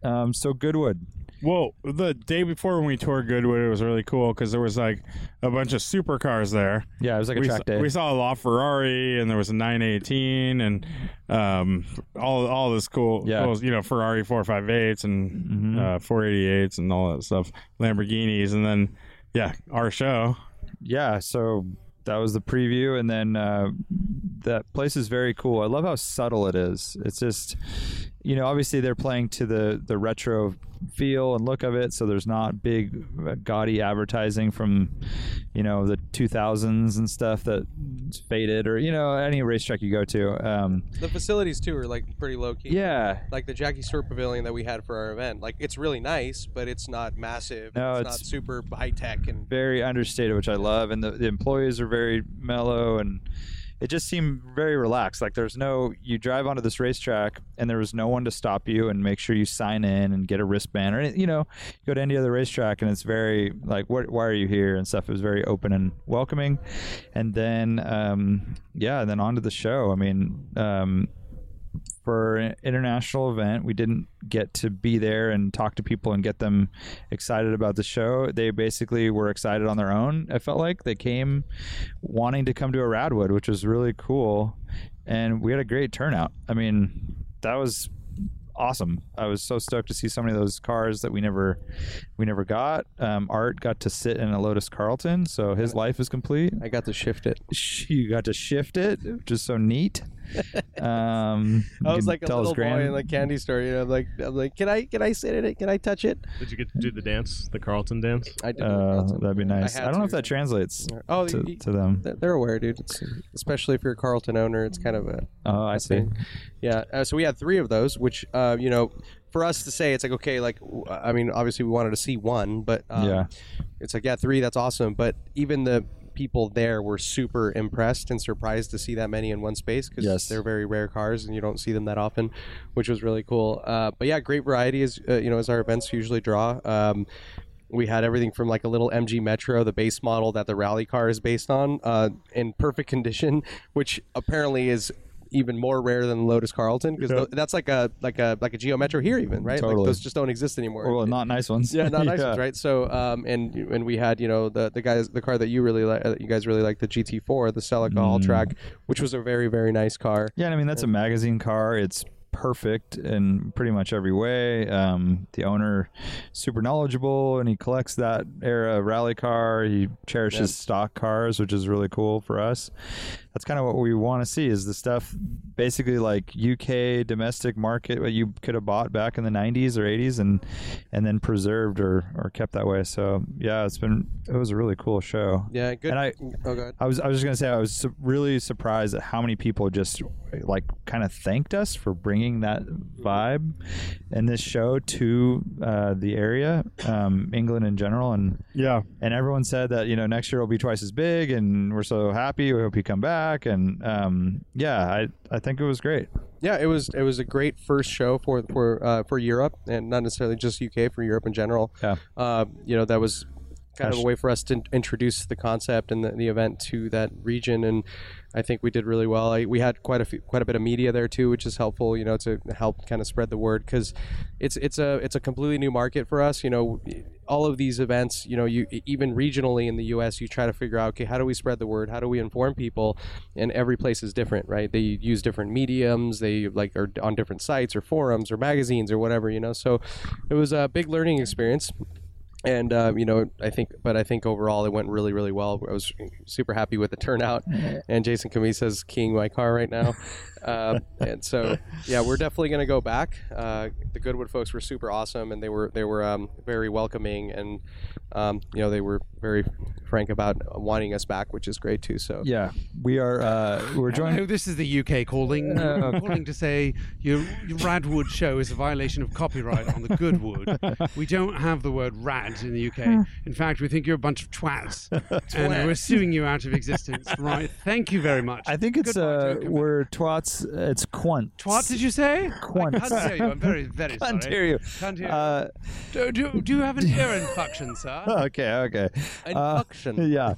Speaker 1: Um, so Goodwood.
Speaker 3: Well, the day before when we toured Goodwood, it was really cool because there was like a bunch of supercars there.
Speaker 1: Yeah, it was like a
Speaker 3: we,
Speaker 1: track
Speaker 3: saw,
Speaker 1: day.
Speaker 3: we saw a La Ferrari and there was a 918 and um, all all this cool,
Speaker 1: Yeah.
Speaker 3: cool, you know, Ferrari 458s and
Speaker 1: Mhm.
Speaker 3: uh, 488s and all that stuff, Lamborghinis, and then yeah, our show.
Speaker 1: yeah, so that was the preview, and then uh, that place is very cool. I love how subtle it is. It's just you know, obviously they're playing to the the retro feel and look of it, so there's not big uh, gaudy advertising from, you know, the 2000s and stuff that faded or you know any racetrack you go to. Um,
Speaker 2: The facilities too are like pretty low key.
Speaker 1: yeah,
Speaker 2: Like the Jackie Stewart Pavilion that we had for our event, like it's really nice, but it's not massive.
Speaker 1: No,
Speaker 2: it's,
Speaker 1: it's-
Speaker 2: not super high tech and
Speaker 1: very understated, which I love, and the, the employees are very mellow and it just seemed very relaxed. Like there's no you drive onto this racetrack and there was no one to stop you and make sure you sign in and get a wristband or any- you know you go to any other racetrack and it's very like what why are you here and stuff. It was very open and welcoming, and then um, yeah, and then onto the show. I mean. Um, for an international event. We didn't get to be there and talk to people and get them excited about the show. They basically were excited on their own. I felt like they came wanting to come to a Radwood, which was really cool. And we had a great turnout. I mean, that was awesome. I was so stoked to see so many of those cars that we never we never got. Um, Art got to sit in a Lotus Carlton, so his life is complete.
Speaker 2: I got to shift it.
Speaker 1: You got to shift it, which is so neat. Um,
Speaker 2: I
Speaker 1: you
Speaker 2: was
Speaker 1: can
Speaker 2: like a
Speaker 1: tell his
Speaker 2: little
Speaker 1: grand-
Speaker 2: boy in the candy store, you know, like I'm like, Can I can I sit in it? Can I touch it?
Speaker 4: Did you get to do the dance, the Carlton dance?
Speaker 2: I did
Speaker 1: Uh, that'd be nice. I,
Speaker 2: had
Speaker 1: don't know if
Speaker 2: to.
Speaker 1: that translates
Speaker 2: Oh
Speaker 1: to,
Speaker 2: you-
Speaker 1: to them.
Speaker 2: they're- they're aware, dude. It's, especially if you're a Carlton owner, it's kind of a
Speaker 1: Oh, I see.
Speaker 2: thing. Yeah. Uh, so we had three of those, which uh, you know, for us to say, it's like okay, like w- I mean, obviously we wanted to see one, but um,
Speaker 1: Yeah.
Speaker 2: it's like yeah, three. That's awesome. But even the people there were super impressed and surprised to see that many in one space because
Speaker 1: Yes.
Speaker 2: they're very rare cars and you don't see them that often, which was really cool. Uh, but yeah, great variety is uh, you know as our events usually draw. Um, we had everything from like a little MG Metro, the base model that the rally car is based on, uh, in perfect condition, which apparently is even more rare than the Lotus Carlton because that's like a like a like a Geo Metro here even right.
Speaker 1: Totally.
Speaker 2: Like those just don't exist anymore.
Speaker 1: Well, not nice ones.
Speaker 2: Yeah, not nice ones, right? So, um, and and we had you know the the guys the car that you really like, that you guys really like the GT4, the Celica All
Speaker 1: Mm.
Speaker 2: Track, which was a very very nice car.
Speaker 1: Yeah, and I mean that's a magazine car. It's perfect in pretty much every way. Um, the owner, super knowledgeable, and he collects that era rally car. He cherishes stock cars, which is really cool for us. That's kind of what we want to see is the stuff, basically like UK domestic market what you could have bought back in the '90s or '80s, and and then preserved or or kept that way. So yeah, it's been it was a really cool show.
Speaker 2: Yeah, good.
Speaker 1: And I-
Speaker 2: oh god.
Speaker 1: I was I was just gonna say I was su- really surprised at how many people just like kind of thanked us for bringing that vibe and this show to uh, the area, um, England in general, and
Speaker 5: Yeah.
Speaker 1: and everyone said that you know next year will be twice as big, and we're so happy. We hope you come back, and um, yeah, I I think it was great.
Speaker 2: Yeah, it was it was a great first show for for uh, for Europe and not necessarily just UK for Europe in general.
Speaker 1: Yeah.
Speaker 2: Uh, you know that was kind of
Speaker 1: Gosh.
Speaker 2: a way for us to in- introduce the concept and the, the event to that region and I think we did really well. I, we had quite a few, quite a bit of media there too, which is helpful, you know, to help kind of spread the word cuz it's it's a it's a completely new market for us, you know, all of these events, you know, you e, even regionally in the US, you try to figure out, okay, how do we spread the word? How do we inform people? And every place is different, right? They use different mediums, they like are on different sites or forums or magazines or whatever, you know. So it was a big learning experience and um, you know i think but i think overall it went really really well i was super happy with the turnout and jason camisa's keying my car right now um, and so yeah we're definitely going to go back uh, the goodwood folks were super awesome and they were they were um, very welcoming and um, you know they were very frank about wanting us back which is great too so
Speaker 1: Yeah, we are uh, we're joined.
Speaker 8: Hello, this is the UK calling. Uh, calling to say your, your Radwood show is a violation of copyright on the Goodwood. we don't have the word rad in the
Speaker 1: Hmm.
Speaker 8: UK. In fact, we think you're a bunch of twats, and we're suing you out of existence. Right? Thank you very much.
Speaker 1: I think it's
Speaker 8: Goodbye,
Speaker 1: uh,
Speaker 8: Jacob.
Speaker 1: we're twats. It's quant.
Speaker 8: Twat, did you say? I
Speaker 1: Quants.
Speaker 8: can't hear you. I'm very, very sorry.
Speaker 1: Can't hear you.
Speaker 8: Can't hear you.
Speaker 1: Uh,
Speaker 8: do, do, do you have an ear infection, sir?
Speaker 1: okay, okay. Uh,
Speaker 2: Infection.
Speaker 1: yeah.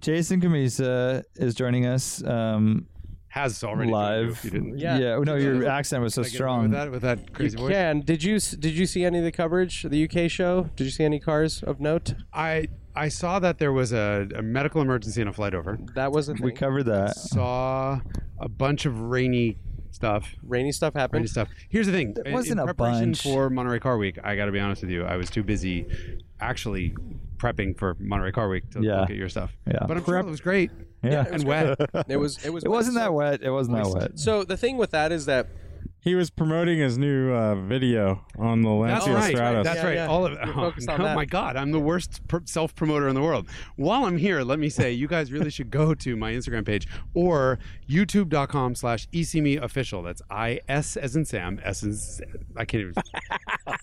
Speaker 1: Jason Camisa is joining us um,
Speaker 8: Has already joined you,
Speaker 1: live.
Speaker 8: if you didn't.
Speaker 2: Yeah.
Speaker 1: yeah. oh, No, your accent was so
Speaker 8: Can I get away with
Speaker 1: strong.
Speaker 8: that with that
Speaker 2: You
Speaker 8: crazy voice.
Speaker 2: can. Did you s- did you see any of the coverage? The UK show. Did you see any cars of note?
Speaker 8: I I saw that there was a, a medical emergency and a flight over.
Speaker 2: That was a thing.
Speaker 1: We covered that.
Speaker 8: saw a bunch of rainy stuff.
Speaker 2: rainy stuff happened.
Speaker 8: Rainy stuff. Here's the thing. in-
Speaker 1: wasn't
Speaker 8: in
Speaker 1: a
Speaker 8: preparation
Speaker 1: bunch.
Speaker 8: for Monterey Car Week, I got to be honest with you, I was too busy actually prepping for Monterey Car Week to
Speaker 1: Yeah.
Speaker 8: look at your stuff.
Speaker 1: Yeah.
Speaker 8: But I'm sure it was great
Speaker 1: Yeah.
Speaker 8: and wet.
Speaker 2: It was. It was.
Speaker 1: It wasn't that wet. It wasn't that wet.
Speaker 2: So the thing with that is that
Speaker 3: He was promoting his new uh, video on the
Speaker 9: That's
Speaker 3: Lancia
Speaker 9: right.
Speaker 3: Stratus.
Speaker 9: That's right. All of
Speaker 2: We're
Speaker 9: oh,
Speaker 2: focused on
Speaker 9: oh
Speaker 2: that.
Speaker 9: my god, I'm the worst pr- self-promoter in the world. While I'm here, let me say you guys really should go to my Instagram page or youtube.com slash E ecmeofficial. That's I S as in Sam, S as I can't even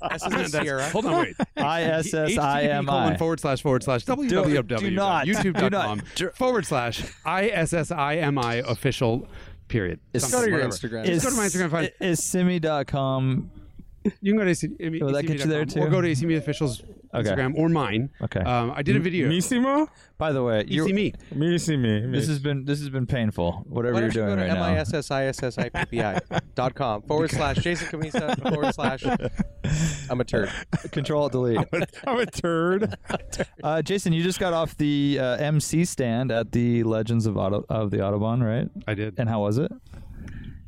Speaker 2: That's not Sierra.
Speaker 9: Hold on, wait.
Speaker 1: ISSIMI.
Speaker 9: HTTP colon forward slash forward slash
Speaker 1: not. Do not.
Speaker 9: www.youtube.com forward slash ISSIMI official period.
Speaker 1: Is-
Speaker 9: Something,
Speaker 2: Go to your
Speaker 9: whatever.
Speaker 2: Instagram.
Speaker 9: Just go to my Instagram. and Find
Speaker 1: Is, is simi.com.
Speaker 9: You can go to AC, I mean,
Speaker 1: Will that get you there,
Speaker 9: ACB.com, Or
Speaker 1: too?
Speaker 9: go to ACB Official's
Speaker 1: Okay.
Speaker 9: Instagram or mine.
Speaker 1: Okay.
Speaker 9: Um, I did a video.
Speaker 3: Missimo?
Speaker 1: By the way, you're,
Speaker 9: ACME.
Speaker 3: Missimi.
Speaker 1: this has been this has been painful. Whatever
Speaker 2: Why
Speaker 1: you're
Speaker 2: don't you
Speaker 1: doing
Speaker 2: go to
Speaker 1: right now.
Speaker 2: mississippi dot com forward slash Jason Camisa forward slash I'm a turd.
Speaker 1: Control Alt Delete.
Speaker 3: I'm a turd.
Speaker 1: Uh, Jason, you just got off the uh, MC stand at the Legends of Auto- of the Autobahn, right?
Speaker 9: I did.
Speaker 1: And how was it?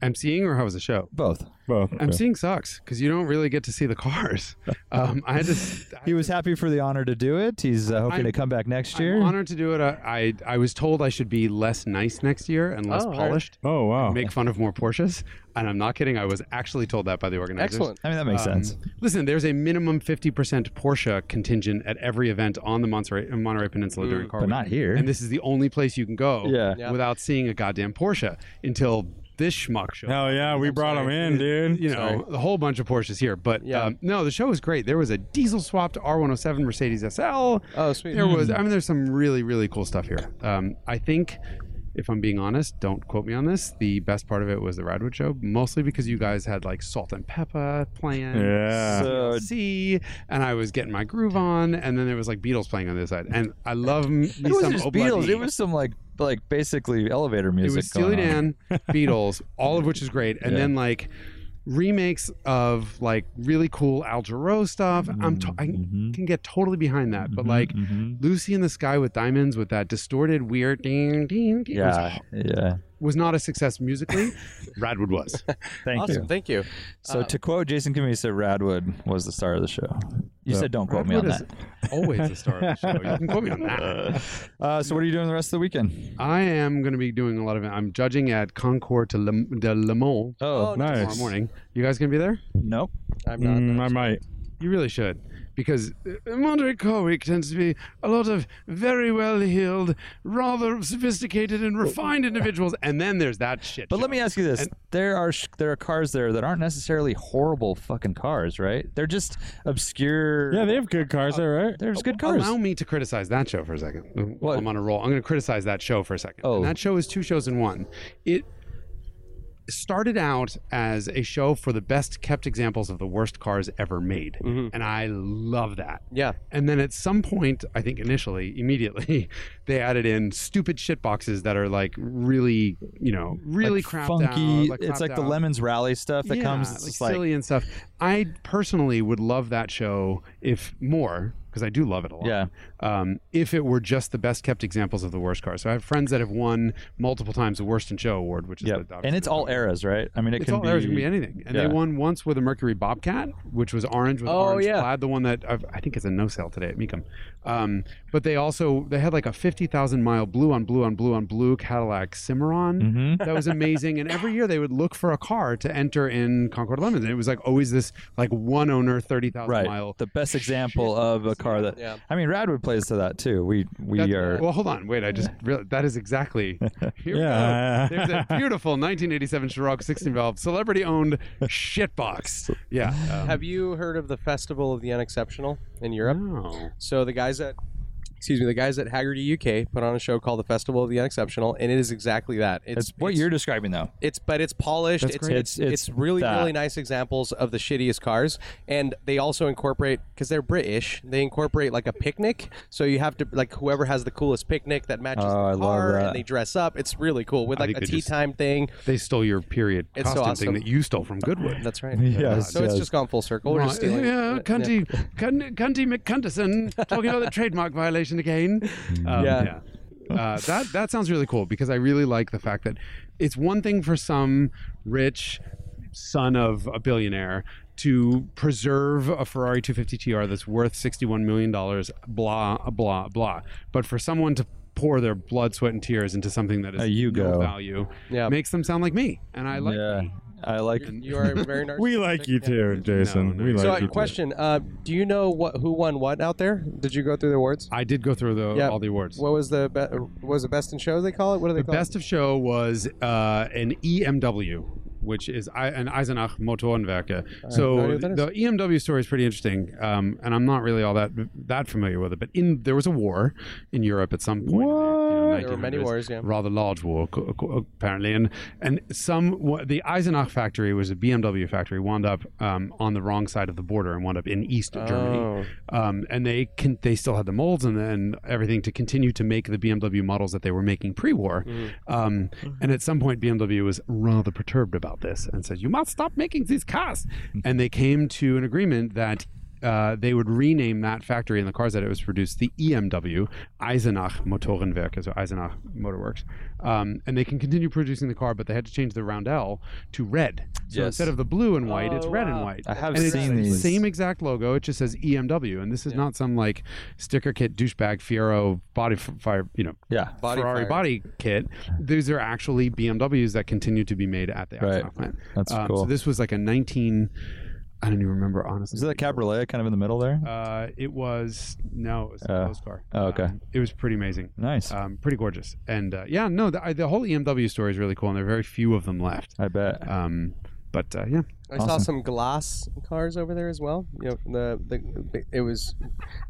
Speaker 9: MCing or how was the show?
Speaker 1: Both.
Speaker 3: Both.
Speaker 9: MCing sucks because you don't really get to see the cars. Um, I had to. I-
Speaker 1: He was happy for the honor to do it. He's uh, hoping
Speaker 9: I'm-
Speaker 1: to come back next
Speaker 9: I'm
Speaker 1: year.
Speaker 9: honored to do it. I, I I was told I should be less nice next year and less
Speaker 2: Oh, all right.
Speaker 9: polished,
Speaker 3: Oh wow.
Speaker 9: make fun of more Porsches, and I'm not kidding. I was actually told that by the organizers.
Speaker 2: Excellent.
Speaker 1: I mean, that makes
Speaker 9: Um,
Speaker 1: sense.
Speaker 9: Listen, there's a minimum 50% Porsche contingent at every event on the Monterey, Monterey Peninsula during Car
Speaker 1: Mm. But
Speaker 9: Week.
Speaker 1: not here.
Speaker 9: And this is the only place you can go
Speaker 1: Yeah.
Speaker 2: Yeah.
Speaker 9: without seeing a goddamn Porsche until this schmuck show.
Speaker 3: Hell yeah, we brought him in, dude.
Speaker 9: You know, a whole bunch of Porsches here, but
Speaker 2: Yeah.
Speaker 9: um, no, the show was great. There was a diesel swapped R107 Mercedes SL.
Speaker 2: Oh sweet.
Speaker 9: There was, I mean, there's some really, really cool stuff here. Um, I think, if I'm being honest, don't quote me on this. The best part of it was the Radwood show, mostly because you guys had like Salt and Peppa playing,
Speaker 3: Yeah.
Speaker 1: So-
Speaker 9: C, and I was getting my groove on, and then there was like Beatles playing on the other side, and I love m- me
Speaker 1: It was
Speaker 9: some
Speaker 1: just
Speaker 9: Obla
Speaker 1: Beatles.
Speaker 9: Dee.
Speaker 1: It was some like like basically elevator
Speaker 9: It
Speaker 1: music.
Speaker 9: was Steely
Speaker 1: going on.
Speaker 9: Dan, Beatles, all of which is great, and
Speaker 1: Yeah.
Speaker 9: then like remakes of like really cool Al Jarreau stuff. I'm t- I
Speaker 1: Mhm.
Speaker 9: can get totally behind that, but like
Speaker 1: Mhm.
Speaker 9: Lucy in the Sky with Diamonds with that distorted weird ding ding, ding was,
Speaker 1: Yeah, yeah.
Speaker 9: was not a success musically. Radwood was.
Speaker 1: Thank
Speaker 2: awesome.
Speaker 1: you.
Speaker 2: Thank you.
Speaker 1: So
Speaker 9: Uh,
Speaker 1: to quote Jason Camisa, Radwood was the star of the show. You
Speaker 3: Yeah.
Speaker 1: said don't quote me on
Speaker 9: Radwood is
Speaker 1: that.
Speaker 9: always the star of the show. You can quote me on that.
Speaker 1: Uh, so what are you doing the rest of the weekend?
Speaker 9: I am going to be doing a lot of. I'm judging at Concours de Le, de Le Mans
Speaker 1: Oh,
Speaker 9: tomorrow
Speaker 3: nice.
Speaker 9: morning. You guys going to be there?
Speaker 1: nope.
Speaker 2: I'm not. uh,
Speaker 3: Mm, I might.
Speaker 9: You really should, because uh, Monterey Car Week tends to be a lot of very well-heeled, rather sophisticated and refined individuals, and then there's that shit.
Speaker 1: But
Speaker 9: show.
Speaker 1: let me ask you this:
Speaker 9: And-
Speaker 1: there are sh- there are cars there that aren't necessarily horrible fucking cars, right? They're just obscure.
Speaker 3: Yeah, they have good cars there, right?
Speaker 1: there's good cars.
Speaker 9: Allow me to criticize that show for a second. Um,
Speaker 1: What?
Speaker 9: I'm on a roll. I'm going to criticize that show for a second.
Speaker 1: Oh.
Speaker 9: And that show is two shows in one. It started out as a show for the best kept examples of the worst cars ever made.
Speaker 1: Mm-hmm.
Speaker 9: And I love that.
Speaker 2: Yeah.
Speaker 9: And then at some point, I think initially, immediately, they added in stupid shit boxes that are like really, you know, really
Speaker 1: like
Speaker 9: crapped
Speaker 1: funky.
Speaker 9: out. Like
Speaker 1: it's
Speaker 9: crapped
Speaker 1: like the
Speaker 9: out.
Speaker 1: Lemons Rally stuff that
Speaker 9: yeah,
Speaker 1: comes.
Speaker 9: like
Speaker 1: It's just
Speaker 9: silly and stuff. I personally would love that show if more, because I do love it a lot.
Speaker 1: Yeah.
Speaker 9: Um, if it were just the best kept examples of the worst cars. So I have friends that have won multiple times the Worst in Show award, which is
Speaker 1: yeah,
Speaker 9: the,
Speaker 1: and it's all eras, right? I mean, it
Speaker 9: It's
Speaker 1: can
Speaker 9: all
Speaker 1: be.
Speaker 9: errors. It can be anything. And they
Speaker 1: yeah.
Speaker 9: won once with a Mercury Bobcat, which was orange with
Speaker 2: Oh,
Speaker 9: orange
Speaker 2: yeah.
Speaker 9: plaid, the one that I've, I think is a no sale today at Mecum. Um, but they also they had like a fifty thousand mile blue on blue on blue on blue Cadillac Cimarron
Speaker 1: Mhm.
Speaker 9: that was amazing. And every year they would look for a car to enter in Concord Lemons, and it was like always this like one owner thirty thousand
Speaker 1: Right,
Speaker 9: mile.
Speaker 1: the best example of a car that.
Speaker 2: Yeah.
Speaker 1: I mean, Radwood plays to that too. We we uh,
Speaker 9: That's- uh,
Speaker 1: are.
Speaker 9: Well, hold on, wait. I just realized that is exactly. Here
Speaker 3: Yeah.
Speaker 9: we go. There's a beautiful 1987 Chiroc 16 valve, celebrity-owned shitbox. Yeah. um,
Speaker 2: Have you heard of the Festival of the Unexceptional in Europe?
Speaker 9: no.
Speaker 2: So the guys at excuse me, the guys at Haggerty UK put on a show called the Festival of the Unexceptional, and it is exactly that.
Speaker 1: it's what you're describing though.
Speaker 2: It's but it's polished. It's,
Speaker 1: great.
Speaker 2: it's,
Speaker 1: It's-
Speaker 2: it's really
Speaker 1: that.
Speaker 2: really nice examples of the shittiest cars, and they also incorporate because they're British. They incorporate like a picnic, so you have to like whoever has the coolest picnic that matches
Speaker 1: Oh, I
Speaker 2: the
Speaker 1: love
Speaker 2: car,
Speaker 1: that.
Speaker 2: and they dress up. It's really cool with
Speaker 9: I
Speaker 2: like
Speaker 9: think
Speaker 2: a
Speaker 9: they
Speaker 2: tea
Speaker 9: just-
Speaker 2: time thing.
Speaker 9: They stole your period
Speaker 2: It's so
Speaker 9: costume thing
Speaker 2: awesome.
Speaker 9: that you stole from Goodwood.
Speaker 2: That's right.
Speaker 1: Yes,
Speaker 2: so it's
Speaker 1: yes.
Speaker 2: just gone full circle. We're just
Speaker 9: Right.
Speaker 2: stealing.
Speaker 9: yeah, Cunty, Cun- Cunty McCunderson talking about the trademark violation again. Um,
Speaker 2: Yeah.
Speaker 9: yeah. Uh, that that sounds really cool because I really like the fact that it's one thing for some rich son of a billionaire to preserve a Ferrari 250 TR that's worth 61 million dollars, blah blah blah. But for someone to pour their blood, sweat, and tears into something that is
Speaker 1: A Yugo.
Speaker 9: no value
Speaker 2: Yeah.
Speaker 9: makes them sound like me, and I like.
Speaker 1: yeah.
Speaker 9: me.
Speaker 1: I like.
Speaker 2: You are very narcissistic.
Speaker 3: We like you too, Jason. we like
Speaker 2: so,
Speaker 3: you.
Speaker 2: uh, question: uh, Do you know what who won what out there? Did you go through the awards?
Speaker 9: I did go through the,
Speaker 2: Yeah.
Speaker 9: all the awards.
Speaker 2: What was the be- what was the best in show? They call it. What do they
Speaker 9: the
Speaker 2: call
Speaker 9: best of show was uh, an EMW, which is I- an Eisenach Motorenwerke.
Speaker 8: no
Speaker 9: so
Speaker 8: idea what that is.
Speaker 9: the EMW story is pretty interesting, um, and I'm not really all that that familiar with it. But in there was a war in Europe at some point. What?
Speaker 2: There were many wars, yeah.
Speaker 9: Rather large war, co- co- apparently, and and some wa- the Eisenach factory was a BMW factory, wound up um, on the wrong side of the border and wound up in East
Speaker 2: Oh.
Speaker 1: Oh.
Speaker 9: Germany, um, and they can, they still had the molds and, and everything to continue to make the BMW models that they were making pre-war.
Speaker 1: Mm.
Speaker 9: Um, and at some point, BMW was rather perturbed about this and said, "You must stop making these cars." and they came to an agreement that uh, they would rename that factory and the cars that it was produced the EMW, Eisenach Motorenwerke, so Eisenach Motorworks. Um, and they can continue producing the car, but they had to change the roundel to red. So
Speaker 1: Yes.
Speaker 9: instead of the blue and white, it's
Speaker 1: Oh,
Speaker 9: red and
Speaker 1: wow.
Speaker 9: white.
Speaker 1: I have
Speaker 9: and
Speaker 1: seen
Speaker 9: it's the
Speaker 1: these.
Speaker 9: Same exact logo. It just says EMW, and this is not some like sticker kit douchebag Fiero body f- fire, you know,
Speaker 1: Yeah.
Speaker 9: body Ferrari
Speaker 1: fire.
Speaker 9: body kit. These are actually BMWs that continue to be made at the Eisenach
Speaker 1: Right.
Speaker 9: plant.
Speaker 1: That's
Speaker 9: Um,
Speaker 1: cool.
Speaker 9: So this was like a 19. I don't even remember honestly.
Speaker 1: Is it a cabriolet kind of in the middle there?
Speaker 9: Uh, it was no, it was a
Speaker 1: Uh,
Speaker 9: closed car.
Speaker 1: oh, okay.
Speaker 9: Um, it was pretty amazing.
Speaker 1: Nice.
Speaker 9: um, pretty gorgeous. And uh, yeah, no, the, I, the whole EMW story is really cool, and there are very few of them left.
Speaker 1: I bet.
Speaker 9: Um, but uh, yeah,
Speaker 2: I saw some glass cars over there as well. You know, the, the it was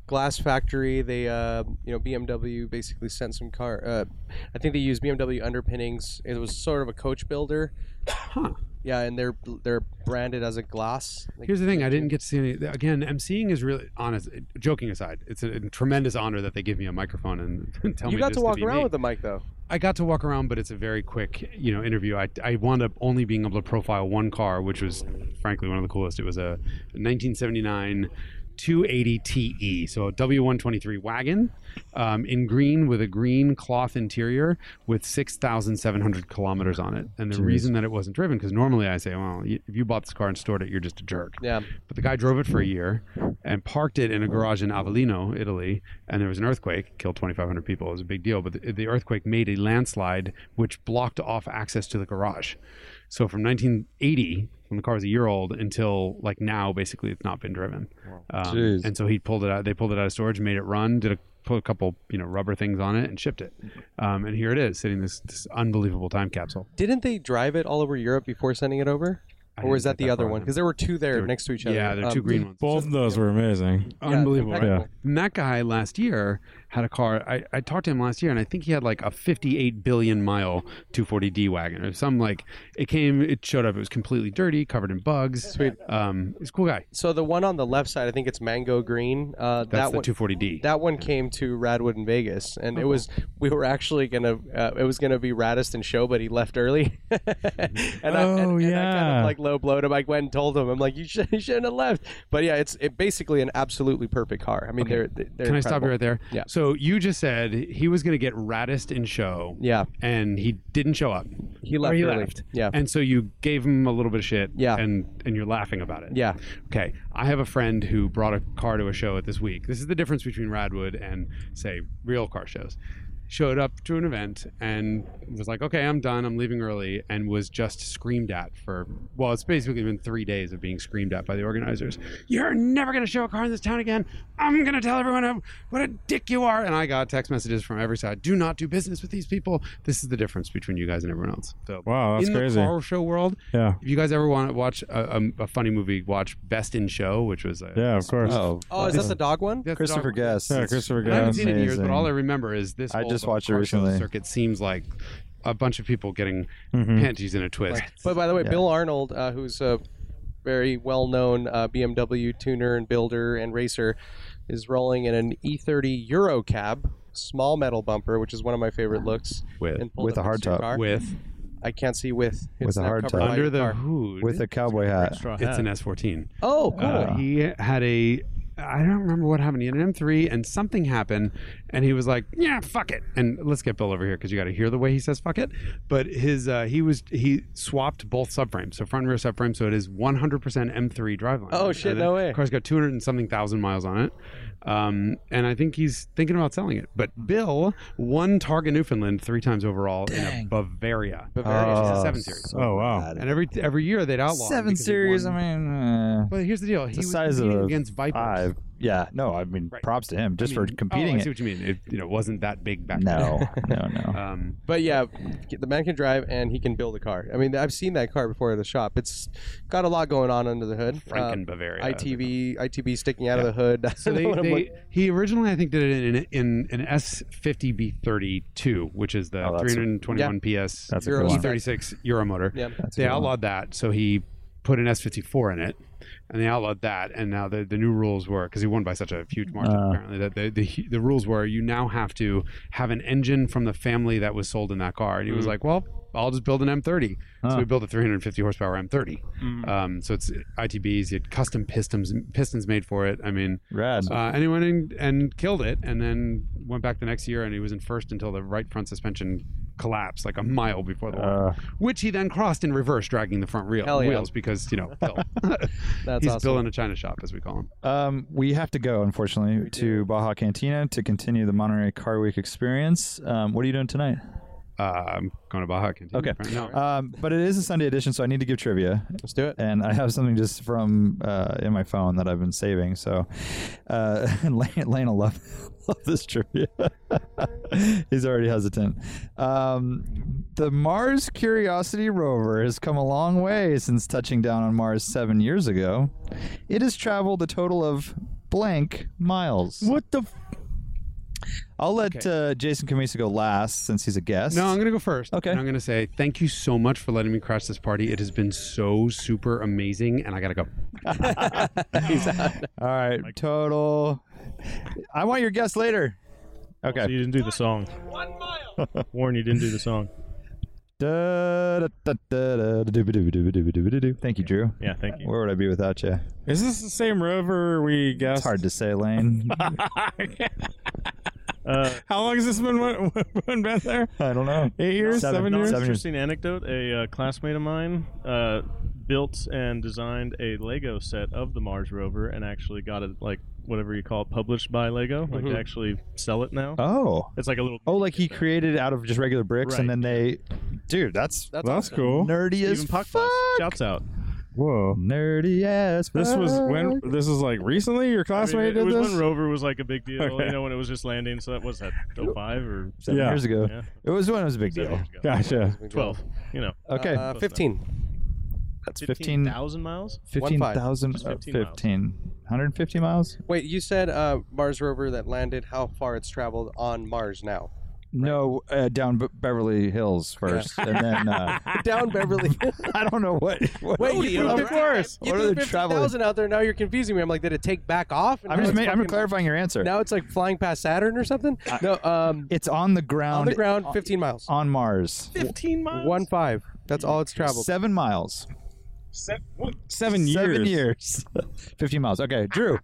Speaker 2: glass factory. They, uh, you know, BMW basically sent some car. Uh, I think they used BMW underpinnings. It was sort of a coach builder. Yeah, and they're they're branded as a glass. Like,
Speaker 9: Here's the thing: I didn't get to see any. Again, emceeing is really honest. Joking aside, it's a tremendous honor that they give me a microphone and, tell
Speaker 2: you
Speaker 9: me
Speaker 2: got
Speaker 9: just
Speaker 2: to walk
Speaker 9: be
Speaker 2: around
Speaker 9: me.
Speaker 2: with the mic though.
Speaker 9: I got to walk around, but it's a very quick, you know, interview. I, I wound up only being able to profile one car, which was frankly one of the coolest. It was a 1979 280 TE, E, so a W123 wagon um, in green with a green cloth interior with 6,700 kilometers on it. And the
Speaker 1: Jeez.
Speaker 9: reason that it wasn't driven, because normally I say, well, y- if you bought this car and stored it, you're just a jerk.
Speaker 2: Yeah.
Speaker 9: But the guy drove it for a year and parked it in a garage in Avellino, Italy, and there was an earthquake, killed 2,500 people. It was a big deal, but the, the earthquake made a landslide which blocked off access to the garage. So from 1980, when the car was a year old, until like now, basically, it's not been driven. Um,
Speaker 1: Jeez.
Speaker 9: and so he pulled it out. They pulled it out of storage, made it run, did a put a couple you know rubber things on it, and shipped it. Um, and here it is, sitting in this this unbelievable time capsule.
Speaker 2: Didn't they drive it all over Europe before sending it over? Or was that the other one? Because there were two there next to each other.
Speaker 9: Yeah, there are
Speaker 2: Um,
Speaker 9: two green ones.
Speaker 3: Both of those were amazing.
Speaker 9: Unbelievable.
Speaker 3: impeccable.
Speaker 9: right? And that guy last year had a car. I, I talked to him last year, and I think he had like a 58 billion mile 240D wagon or some like. It came, it showed up. It was completely dirty, covered in bugs.
Speaker 2: Sweet.
Speaker 9: Um, he's a cool guy.
Speaker 2: So the one on the left side, I think it's mango green. Uh,
Speaker 9: That's
Speaker 2: that one,
Speaker 9: the 240D.
Speaker 2: That one came to Radwood in Vegas, and it was we were actually gonna uh, it was gonna be Radiston show, but he left early. and I, and-
Speaker 3: Oh
Speaker 2: I kind of
Speaker 3: yeah.
Speaker 2: like low blowed him. I went and told him, I'm like, you, should, you shouldn't have left. But yeah, it's it basically an absolutely perfect car. I mean, they're, they're
Speaker 9: Can I stop you right there?
Speaker 2: Yeah.
Speaker 9: So you just said he was going to get raddest in show.
Speaker 2: Yeah.
Speaker 9: And he didn't show up.
Speaker 2: He
Speaker 9: Or
Speaker 2: left
Speaker 9: Oh, he
Speaker 2: early.
Speaker 9: left.
Speaker 2: Yeah.
Speaker 9: And so you gave him a little bit of shit.
Speaker 2: Yeah.
Speaker 9: And and you're laughing about it.
Speaker 2: Yeah.
Speaker 9: Okay. I have a friend who brought a car to a show at this week. This is the difference between Radwood and say real car shows. Showed up to an event and was like, "Okay, I'm done. I'm leaving early," and was just screamed at for well, it's basically been three days of being screamed at by the organizers. You're never gonna show a car in this town again. I'm gonna tell everyone how- what a dick you are. And I got text messages from every side. Do not do business with these people. This is the difference between you guys and everyone else. So
Speaker 3: Wow, that's
Speaker 9: in
Speaker 3: crazy.
Speaker 9: the car show world,
Speaker 3: Yeah.
Speaker 9: if you guys ever want to watch a, a, a funny movie, watch Best in Show, which was a,
Speaker 3: Yeah, of course.
Speaker 1: Oh,
Speaker 2: Oh, is that the dog one?
Speaker 9: That's
Speaker 1: Christopher
Speaker 9: dog-
Speaker 1: Guest.
Speaker 3: Yeah,
Speaker 1: It's-
Speaker 3: Christopher
Speaker 9: I haven't
Speaker 3: Guest.
Speaker 9: seen it in years, but
Speaker 1: Amazing.
Speaker 9: all I remember is this.
Speaker 1: I
Speaker 9: old
Speaker 1: just watched it
Speaker 9: car show
Speaker 1: recently.
Speaker 9: Circuit seems like a bunch of people getting
Speaker 3: Mhm.
Speaker 9: panties in a twist.
Speaker 2: But by the way,
Speaker 1: Yeah.
Speaker 2: Bill Arnold, uh, who's a very well-known uh, BMW tuner and builder and racer, is rolling in an E30 Euro cab, small metal bumper, which is one of my favorite looks.
Speaker 9: With-
Speaker 2: and pulled
Speaker 1: with
Speaker 2: up
Speaker 1: a hard
Speaker 2: next to your
Speaker 1: top.
Speaker 2: car.
Speaker 9: with
Speaker 2: I can't see with.
Speaker 1: With a
Speaker 2: not
Speaker 1: hard
Speaker 2: covered
Speaker 1: top.
Speaker 2: by
Speaker 9: under
Speaker 2: your
Speaker 9: the
Speaker 2: car.
Speaker 9: hood,
Speaker 1: with a cowboy hat.
Speaker 4: Straw
Speaker 9: it's
Speaker 4: hat.
Speaker 9: an S14.
Speaker 2: Oh, cool.
Speaker 9: Uh, he had a I don't remember what happened. He had an M3 and something happened, and he was like, "Yeah, fuck it." And let's get Bill over here because you got to hear the way he says "fuck it." But his uh, he was he swapped both subframes, so front and rear subframe, so it is 100% M3 driveline.
Speaker 2: Oh, shit,
Speaker 9: And
Speaker 2: no
Speaker 9: the
Speaker 2: way.
Speaker 9: Car's got 200 and something thousand miles on it, um, and I think he's thinking about selling it. But Bill won Targa Newfoundland three times overall in a Bavaria.
Speaker 2: Bavaria.
Speaker 9: which is a
Speaker 2: Oh,
Speaker 9: seven series.
Speaker 2: so Oh, wow. bad.
Speaker 9: And every every year they'd outlaw him
Speaker 1: Seven
Speaker 9: because he
Speaker 1: series.
Speaker 9: won-
Speaker 1: I mean, uh,
Speaker 9: But here's the deal.
Speaker 1: it's
Speaker 9: He
Speaker 1: the
Speaker 9: was
Speaker 1: size of
Speaker 9: competing
Speaker 1: a
Speaker 9: against Vipers.
Speaker 1: Five. Yeah. No. I mean, props to him just
Speaker 9: I mean-
Speaker 1: for competing.
Speaker 9: Oh, I
Speaker 1: it.
Speaker 9: see what you mean. It you know wasn't that big back
Speaker 1: No. Uh,
Speaker 9: then.
Speaker 1: no. No.
Speaker 9: Um,
Speaker 2: But yeah, the man can drive and he can build a car. I mean, I've seen that car before at the shop. It's got a lot going on under the
Speaker 1: uh,
Speaker 2: hood. Uh,
Speaker 9: Franken Bavaria.
Speaker 2: ITV, ITV sticking out of the hood. I
Speaker 9: so
Speaker 2: don't know
Speaker 9: they,
Speaker 2: what I'm
Speaker 9: they
Speaker 2: look-
Speaker 9: he originally I think did it in in, in an S50B32, which is the
Speaker 1: Oh, that's a-
Speaker 9: 321 PS
Speaker 1: That's a good one.
Speaker 9: E36 Euro motor.
Speaker 2: Yep. That's
Speaker 9: They
Speaker 2: a good one.
Speaker 9: outlawed that, so he put an S54 in it, and they outlawed that. And now the, the new rules were because he won by such a huge margin
Speaker 1: Uh.
Speaker 9: apparently that the, the the rules were you now have to have an engine from the family that was sold in that car. And he was
Speaker 1: Mm.
Speaker 9: like, well. I'll just build an M30. So
Speaker 1: Huh.
Speaker 9: we built a 350 horsepower M30. Um, so it's ITBs. You had custom pistons pistons made for it. I mean,
Speaker 1: Rad.
Speaker 9: uh, and he went in and killed it, and then went back the next year, and he was in first until the right front suspension collapsed like a mile before the wall,
Speaker 1: Uh.
Speaker 9: which he then crossed in reverse, dragging the front wheel
Speaker 2: Hell yeah.
Speaker 9: wheels because you know Bill.
Speaker 2: That's
Speaker 9: he's
Speaker 2: awesome.
Speaker 9: Bill in a china shop, as we call him.
Speaker 1: Um, we have to go, unfortunately, to Baja Cantina to continue the Monterey Car Week experience. Um, what are you doing tonight?
Speaker 9: Uh, I'm going to Baja. Continue.
Speaker 1: Okay.
Speaker 9: Right
Speaker 2: Uh,
Speaker 9: now.
Speaker 1: Um, but it is a Sunday edition, so I need to give trivia.
Speaker 2: Let's do it.
Speaker 1: And I have something just from uh, in my phone that I've been saving. So, uh, Lane, Lane will love, love this trivia. He's already hesitant. Um, the Mars Curiosity rover has come a long way since touching down on Mars seven years ago. It has traveled a total of blank miles.
Speaker 3: What the? F-
Speaker 1: I'll let uh, Jason Camisa go last since he's a guest.
Speaker 9: No, I'm going to go first.
Speaker 1: Okay.
Speaker 9: And I'm going to say thank you so much for letting me crash this party. It has been so super amazing, and I got to go.
Speaker 1: All right, total. I want your guess later. Okay.
Speaker 4: So you didn't do the song. Warren, you didn't do the song.
Speaker 1: Da, da, da, da, da, da, doo, doo, doo, doo, doo, doo, doo. Thank you, Drew.
Speaker 4: Yeah, thank you.
Speaker 1: Where would I be without you?
Speaker 3: Is this the same rover we guessed?
Speaker 1: It's hard to say, Lane.
Speaker 4: Uh,
Speaker 3: How long has this been when, when been there?
Speaker 1: I don't know.
Speaker 3: Eight years,
Speaker 1: Seven.
Speaker 3: seven,
Speaker 1: No,
Speaker 3: years.
Speaker 1: seven.
Speaker 4: Interesting anecdote. A uh, classmate of mine uh, built and designed a Lego set of the Mars rover, and actually got it like whatever you call it, published by Lego. Like
Speaker 3: Mm-hmm.
Speaker 2: Mhm.
Speaker 4: they actually sell it now.
Speaker 3: Uh,
Speaker 1: Oh.
Speaker 4: It's like a little.
Speaker 1: Oh, like he created it out of just regular bricks, and then
Speaker 4: Right.
Speaker 1: they, dude, that's
Speaker 2: That's
Speaker 3: That's
Speaker 2: awesome.
Speaker 3: cool.
Speaker 1: nerdy as
Speaker 4: Even
Speaker 1: fuck.
Speaker 4: Puckbus. Shouts out.
Speaker 3: Whoa.
Speaker 1: Nerdy as.
Speaker 3: This was
Speaker 1: fuck.
Speaker 3: when. This is like recently. Your
Speaker 4: I mean,
Speaker 3: classmate
Speaker 4: it was
Speaker 3: did
Speaker 4: when
Speaker 3: this.
Speaker 4: rover was like a big deal.
Speaker 3: Okay.
Speaker 4: You know when it was just landing. So that was that 05 or
Speaker 1: seven
Speaker 3: Yeah.
Speaker 1: years ago.
Speaker 4: yeah,
Speaker 1: It was when it was a big
Speaker 4: seven
Speaker 1: deal.
Speaker 4: years ago.
Speaker 3: Gotcha.
Speaker 4: Twelve. You know.
Speaker 1: Okay,
Speaker 2: Uh, 15.
Speaker 1: that's 15
Speaker 4: 15,000 miles?
Speaker 1: 15,000
Speaker 4: Just
Speaker 1: uh,
Speaker 4: 15 miles.
Speaker 1: 15 150 miles?
Speaker 2: Wait, you said uh, Mars rover that landed, how far it's traveled on Mars now?
Speaker 1: No, uh, down Be- Beverly Hills first, and then uh,
Speaker 2: Down Beverly.
Speaker 1: I don't know what. what
Speaker 2: Wait,
Speaker 1: what
Speaker 2: you
Speaker 1: would
Speaker 2: put
Speaker 1: be
Speaker 2: the-
Speaker 1: worse?
Speaker 2: You
Speaker 1: What
Speaker 2: threw
Speaker 1: are they traveling?
Speaker 2: 50,000 out there. Now you're confusing me. I'm like, did it take back off? And
Speaker 1: I'm
Speaker 2: now
Speaker 1: just
Speaker 2: it's
Speaker 1: ma- I'm
Speaker 2: fucking-
Speaker 1: clarifying your answer.
Speaker 2: Now it's like flying past Saturn or something. no, um,
Speaker 1: It's on the ground.
Speaker 2: on the ground, 15 miles.
Speaker 1: on Mars.
Speaker 4: Fifteen miles.
Speaker 2: One five. That's all it's traveled.
Speaker 1: Seven miles.
Speaker 3: Seven years.
Speaker 1: Seven years. Fifteen miles. Okay, Drew.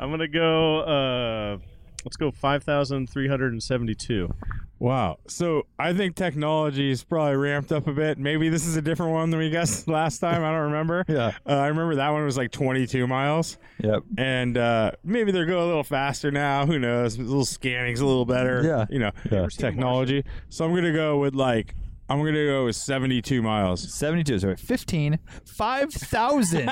Speaker 4: I'm gonna go. Uh, let's go five thousand three hundred and seventy-two.
Speaker 3: Wow. So I think technology's probably ramped up a bit. Maybe this is a different one than we guessed last time. I don't remember.
Speaker 1: Yeah.
Speaker 3: Uh, I remember that one was like 22 miles,
Speaker 1: Yep.
Speaker 3: and uh, maybe they're going a little faster now. Who knows? A little scanning's a little better.
Speaker 1: Yeah.
Speaker 3: You know,
Speaker 1: Yeah.
Speaker 3: technology. So I'm gonna go with like I'm gonna go with 72 miles.
Speaker 1: Seventy-two. Sorry, fifteen. Five thousand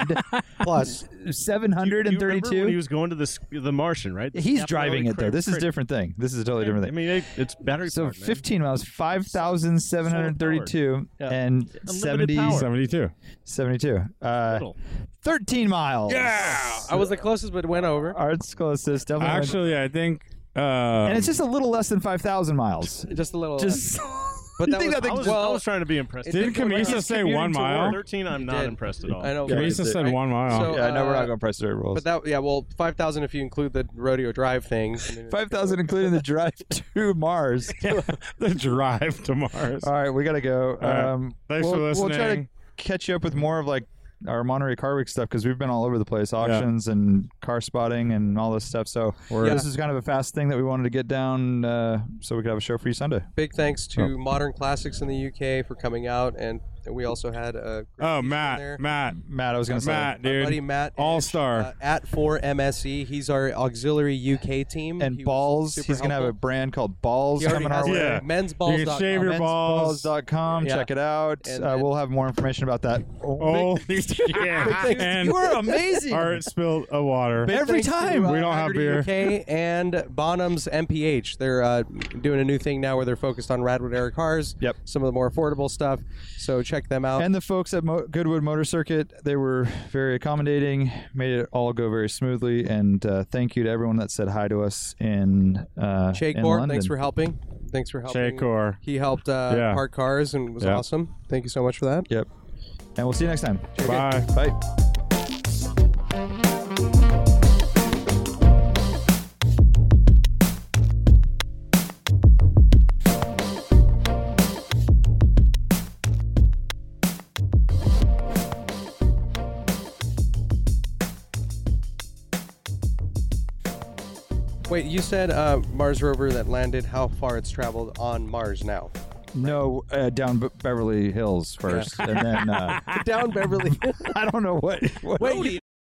Speaker 1: plus seven hundred and
Speaker 4: When he
Speaker 1: thirty-two.
Speaker 4: was going to the s- the Martian, right?
Speaker 1: He's
Speaker 4: Capillary
Speaker 1: driving it though.
Speaker 4: crit-
Speaker 1: This is a
Speaker 4: crit-
Speaker 1: different thing. This is a totally different
Speaker 4: I
Speaker 1: thing.
Speaker 4: mean, it- it's battery.
Speaker 1: So
Speaker 4: powered, man.
Speaker 1: 15 miles, 5,732
Speaker 4: Yeah.
Speaker 1: and
Speaker 4: Unlimited
Speaker 1: 70,
Speaker 4: power.
Speaker 3: 72.
Speaker 1: 72. Uh,
Speaker 4: Little.
Speaker 1: 13 miles. Yeah.
Speaker 2: I was the closest, but went over.
Speaker 1: Arts closest. Definitely.
Speaker 3: Actually, I think. Uh,
Speaker 1: and it's just a little less than 5,000 miles.
Speaker 2: Just a little.
Speaker 1: Just.
Speaker 2: But
Speaker 1: you
Speaker 2: that
Speaker 1: think
Speaker 2: was-
Speaker 1: that
Speaker 4: I
Speaker 1: thing
Speaker 4: was,
Speaker 2: well-
Speaker 4: I was trying to be impressed.
Speaker 3: didn't
Speaker 2: didn't go right.
Speaker 3: Camisa
Speaker 2: He's
Speaker 3: say
Speaker 2: commuting
Speaker 3: one
Speaker 2: to
Speaker 3: mile?
Speaker 4: Thirteen. I'm not
Speaker 2: did.
Speaker 4: impressed at all.
Speaker 2: I know. but-
Speaker 3: Camisa said
Speaker 2: I-
Speaker 3: one mile.
Speaker 2: So-
Speaker 1: yeah, no, we're
Speaker 2: uh,
Speaker 1: not going to press their rules.
Speaker 2: But that, yeah, well, five thousand if you include the rodeo drive thing. I mean,
Speaker 1: 5,000 including the drive to Mars.
Speaker 3: the drive to Mars.
Speaker 2: Uh,
Speaker 1: All right, we got to go.
Speaker 3: right.
Speaker 1: Um,
Speaker 3: Thanks
Speaker 1: we'll,
Speaker 3: for
Speaker 1: We'll try to
Speaker 3: listening.
Speaker 1: catch you up with more of like our Monterey Car Week stuff because we've been all over the place, auctions and car spotting and all this stuff. So
Speaker 2: Word.
Speaker 1: this is kind of a fast thing that we wanted to get down uh, so we could have a show for you Sunday.
Speaker 2: Big thanks to
Speaker 1: Oh.
Speaker 2: Modern Classics in the UK for coming out, and we also had a great
Speaker 3: Oh,
Speaker 2: feature
Speaker 3: Matt,
Speaker 2: there.
Speaker 3: Matt,
Speaker 1: Matt. I was gonna say
Speaker 3: Matt,
Speaker 2: My
Speaker 3: dude,
Speaker 2: buddy Matt
Speaker 3: all star.
Speaker 2: uh, at four MSE. He's our auxiliary UK team.
Speaker 1: And
Speaker 2: He was
Speaker 1: balls,
Speaker 2: super
Speaker 1: he's gonna have a
Speaker 2: helpful.
Speaker 1: brand called Balls
Speaker 2: He already
Speaker 1: coming our
Speaker 2: has
Speaker 1: way.
Speaker 2: one. Yeah. Mensballs.com.
Speaker 1: You can shave your balls. Mensballs.com.
Speaker 2: Yeah.
Speaker 1: Check it out.
Speaker 2: And
Speaker 1: Uh, we'll have more information about that.
Speaker 3: Oh, yeah.
Speaker 2: Dude,
Speaker 3: And
Speaker 2: you are amazing.
Speaker 3: Art spilled a water
Speaker 2: Every time
Speaker 3: We don't have beer.
Speaker 2: UK and Bonham's MPH. They're uh, doing a new thing now where they're focused on Radwood era cars. Yep. Some of the more affordable stuff. So check them out.
Speaker 1: And the folks at Mo- Goodwood Motor Circuit, they were very accommodating, made it all go very smoothly, and uh, thank you to everyone that said hi to us in uh,
Speaker 2: Jake
Speaker 1: in
Speaker 2: Gore,
Speaker 1: London.
Speaker 2: thanks for helping. Thanks for helping.
Speaker 1: Jake Gore.
Speaker 2: He helped uh,
Speaker 1: Yeah.
Speaker 2: park cars and was
Speaker 1: Yeah.
Speaker 2: awesome. Thank you so much for that.
Speaker 1: Yep. And we'll see you next time.
Speaker 3: Bye.
Speaker 1: Bye.
Speaker 2: Wait, you said uh, Mars rover that landed. How far it's traveled on Mars now?
Speaker 1: No, uh, down Be- Beverly Hills first, and then uh,
Speaker 2: Down Beverly.
Speaker 1: I don't know what. what
Speaker 2: Wait, you-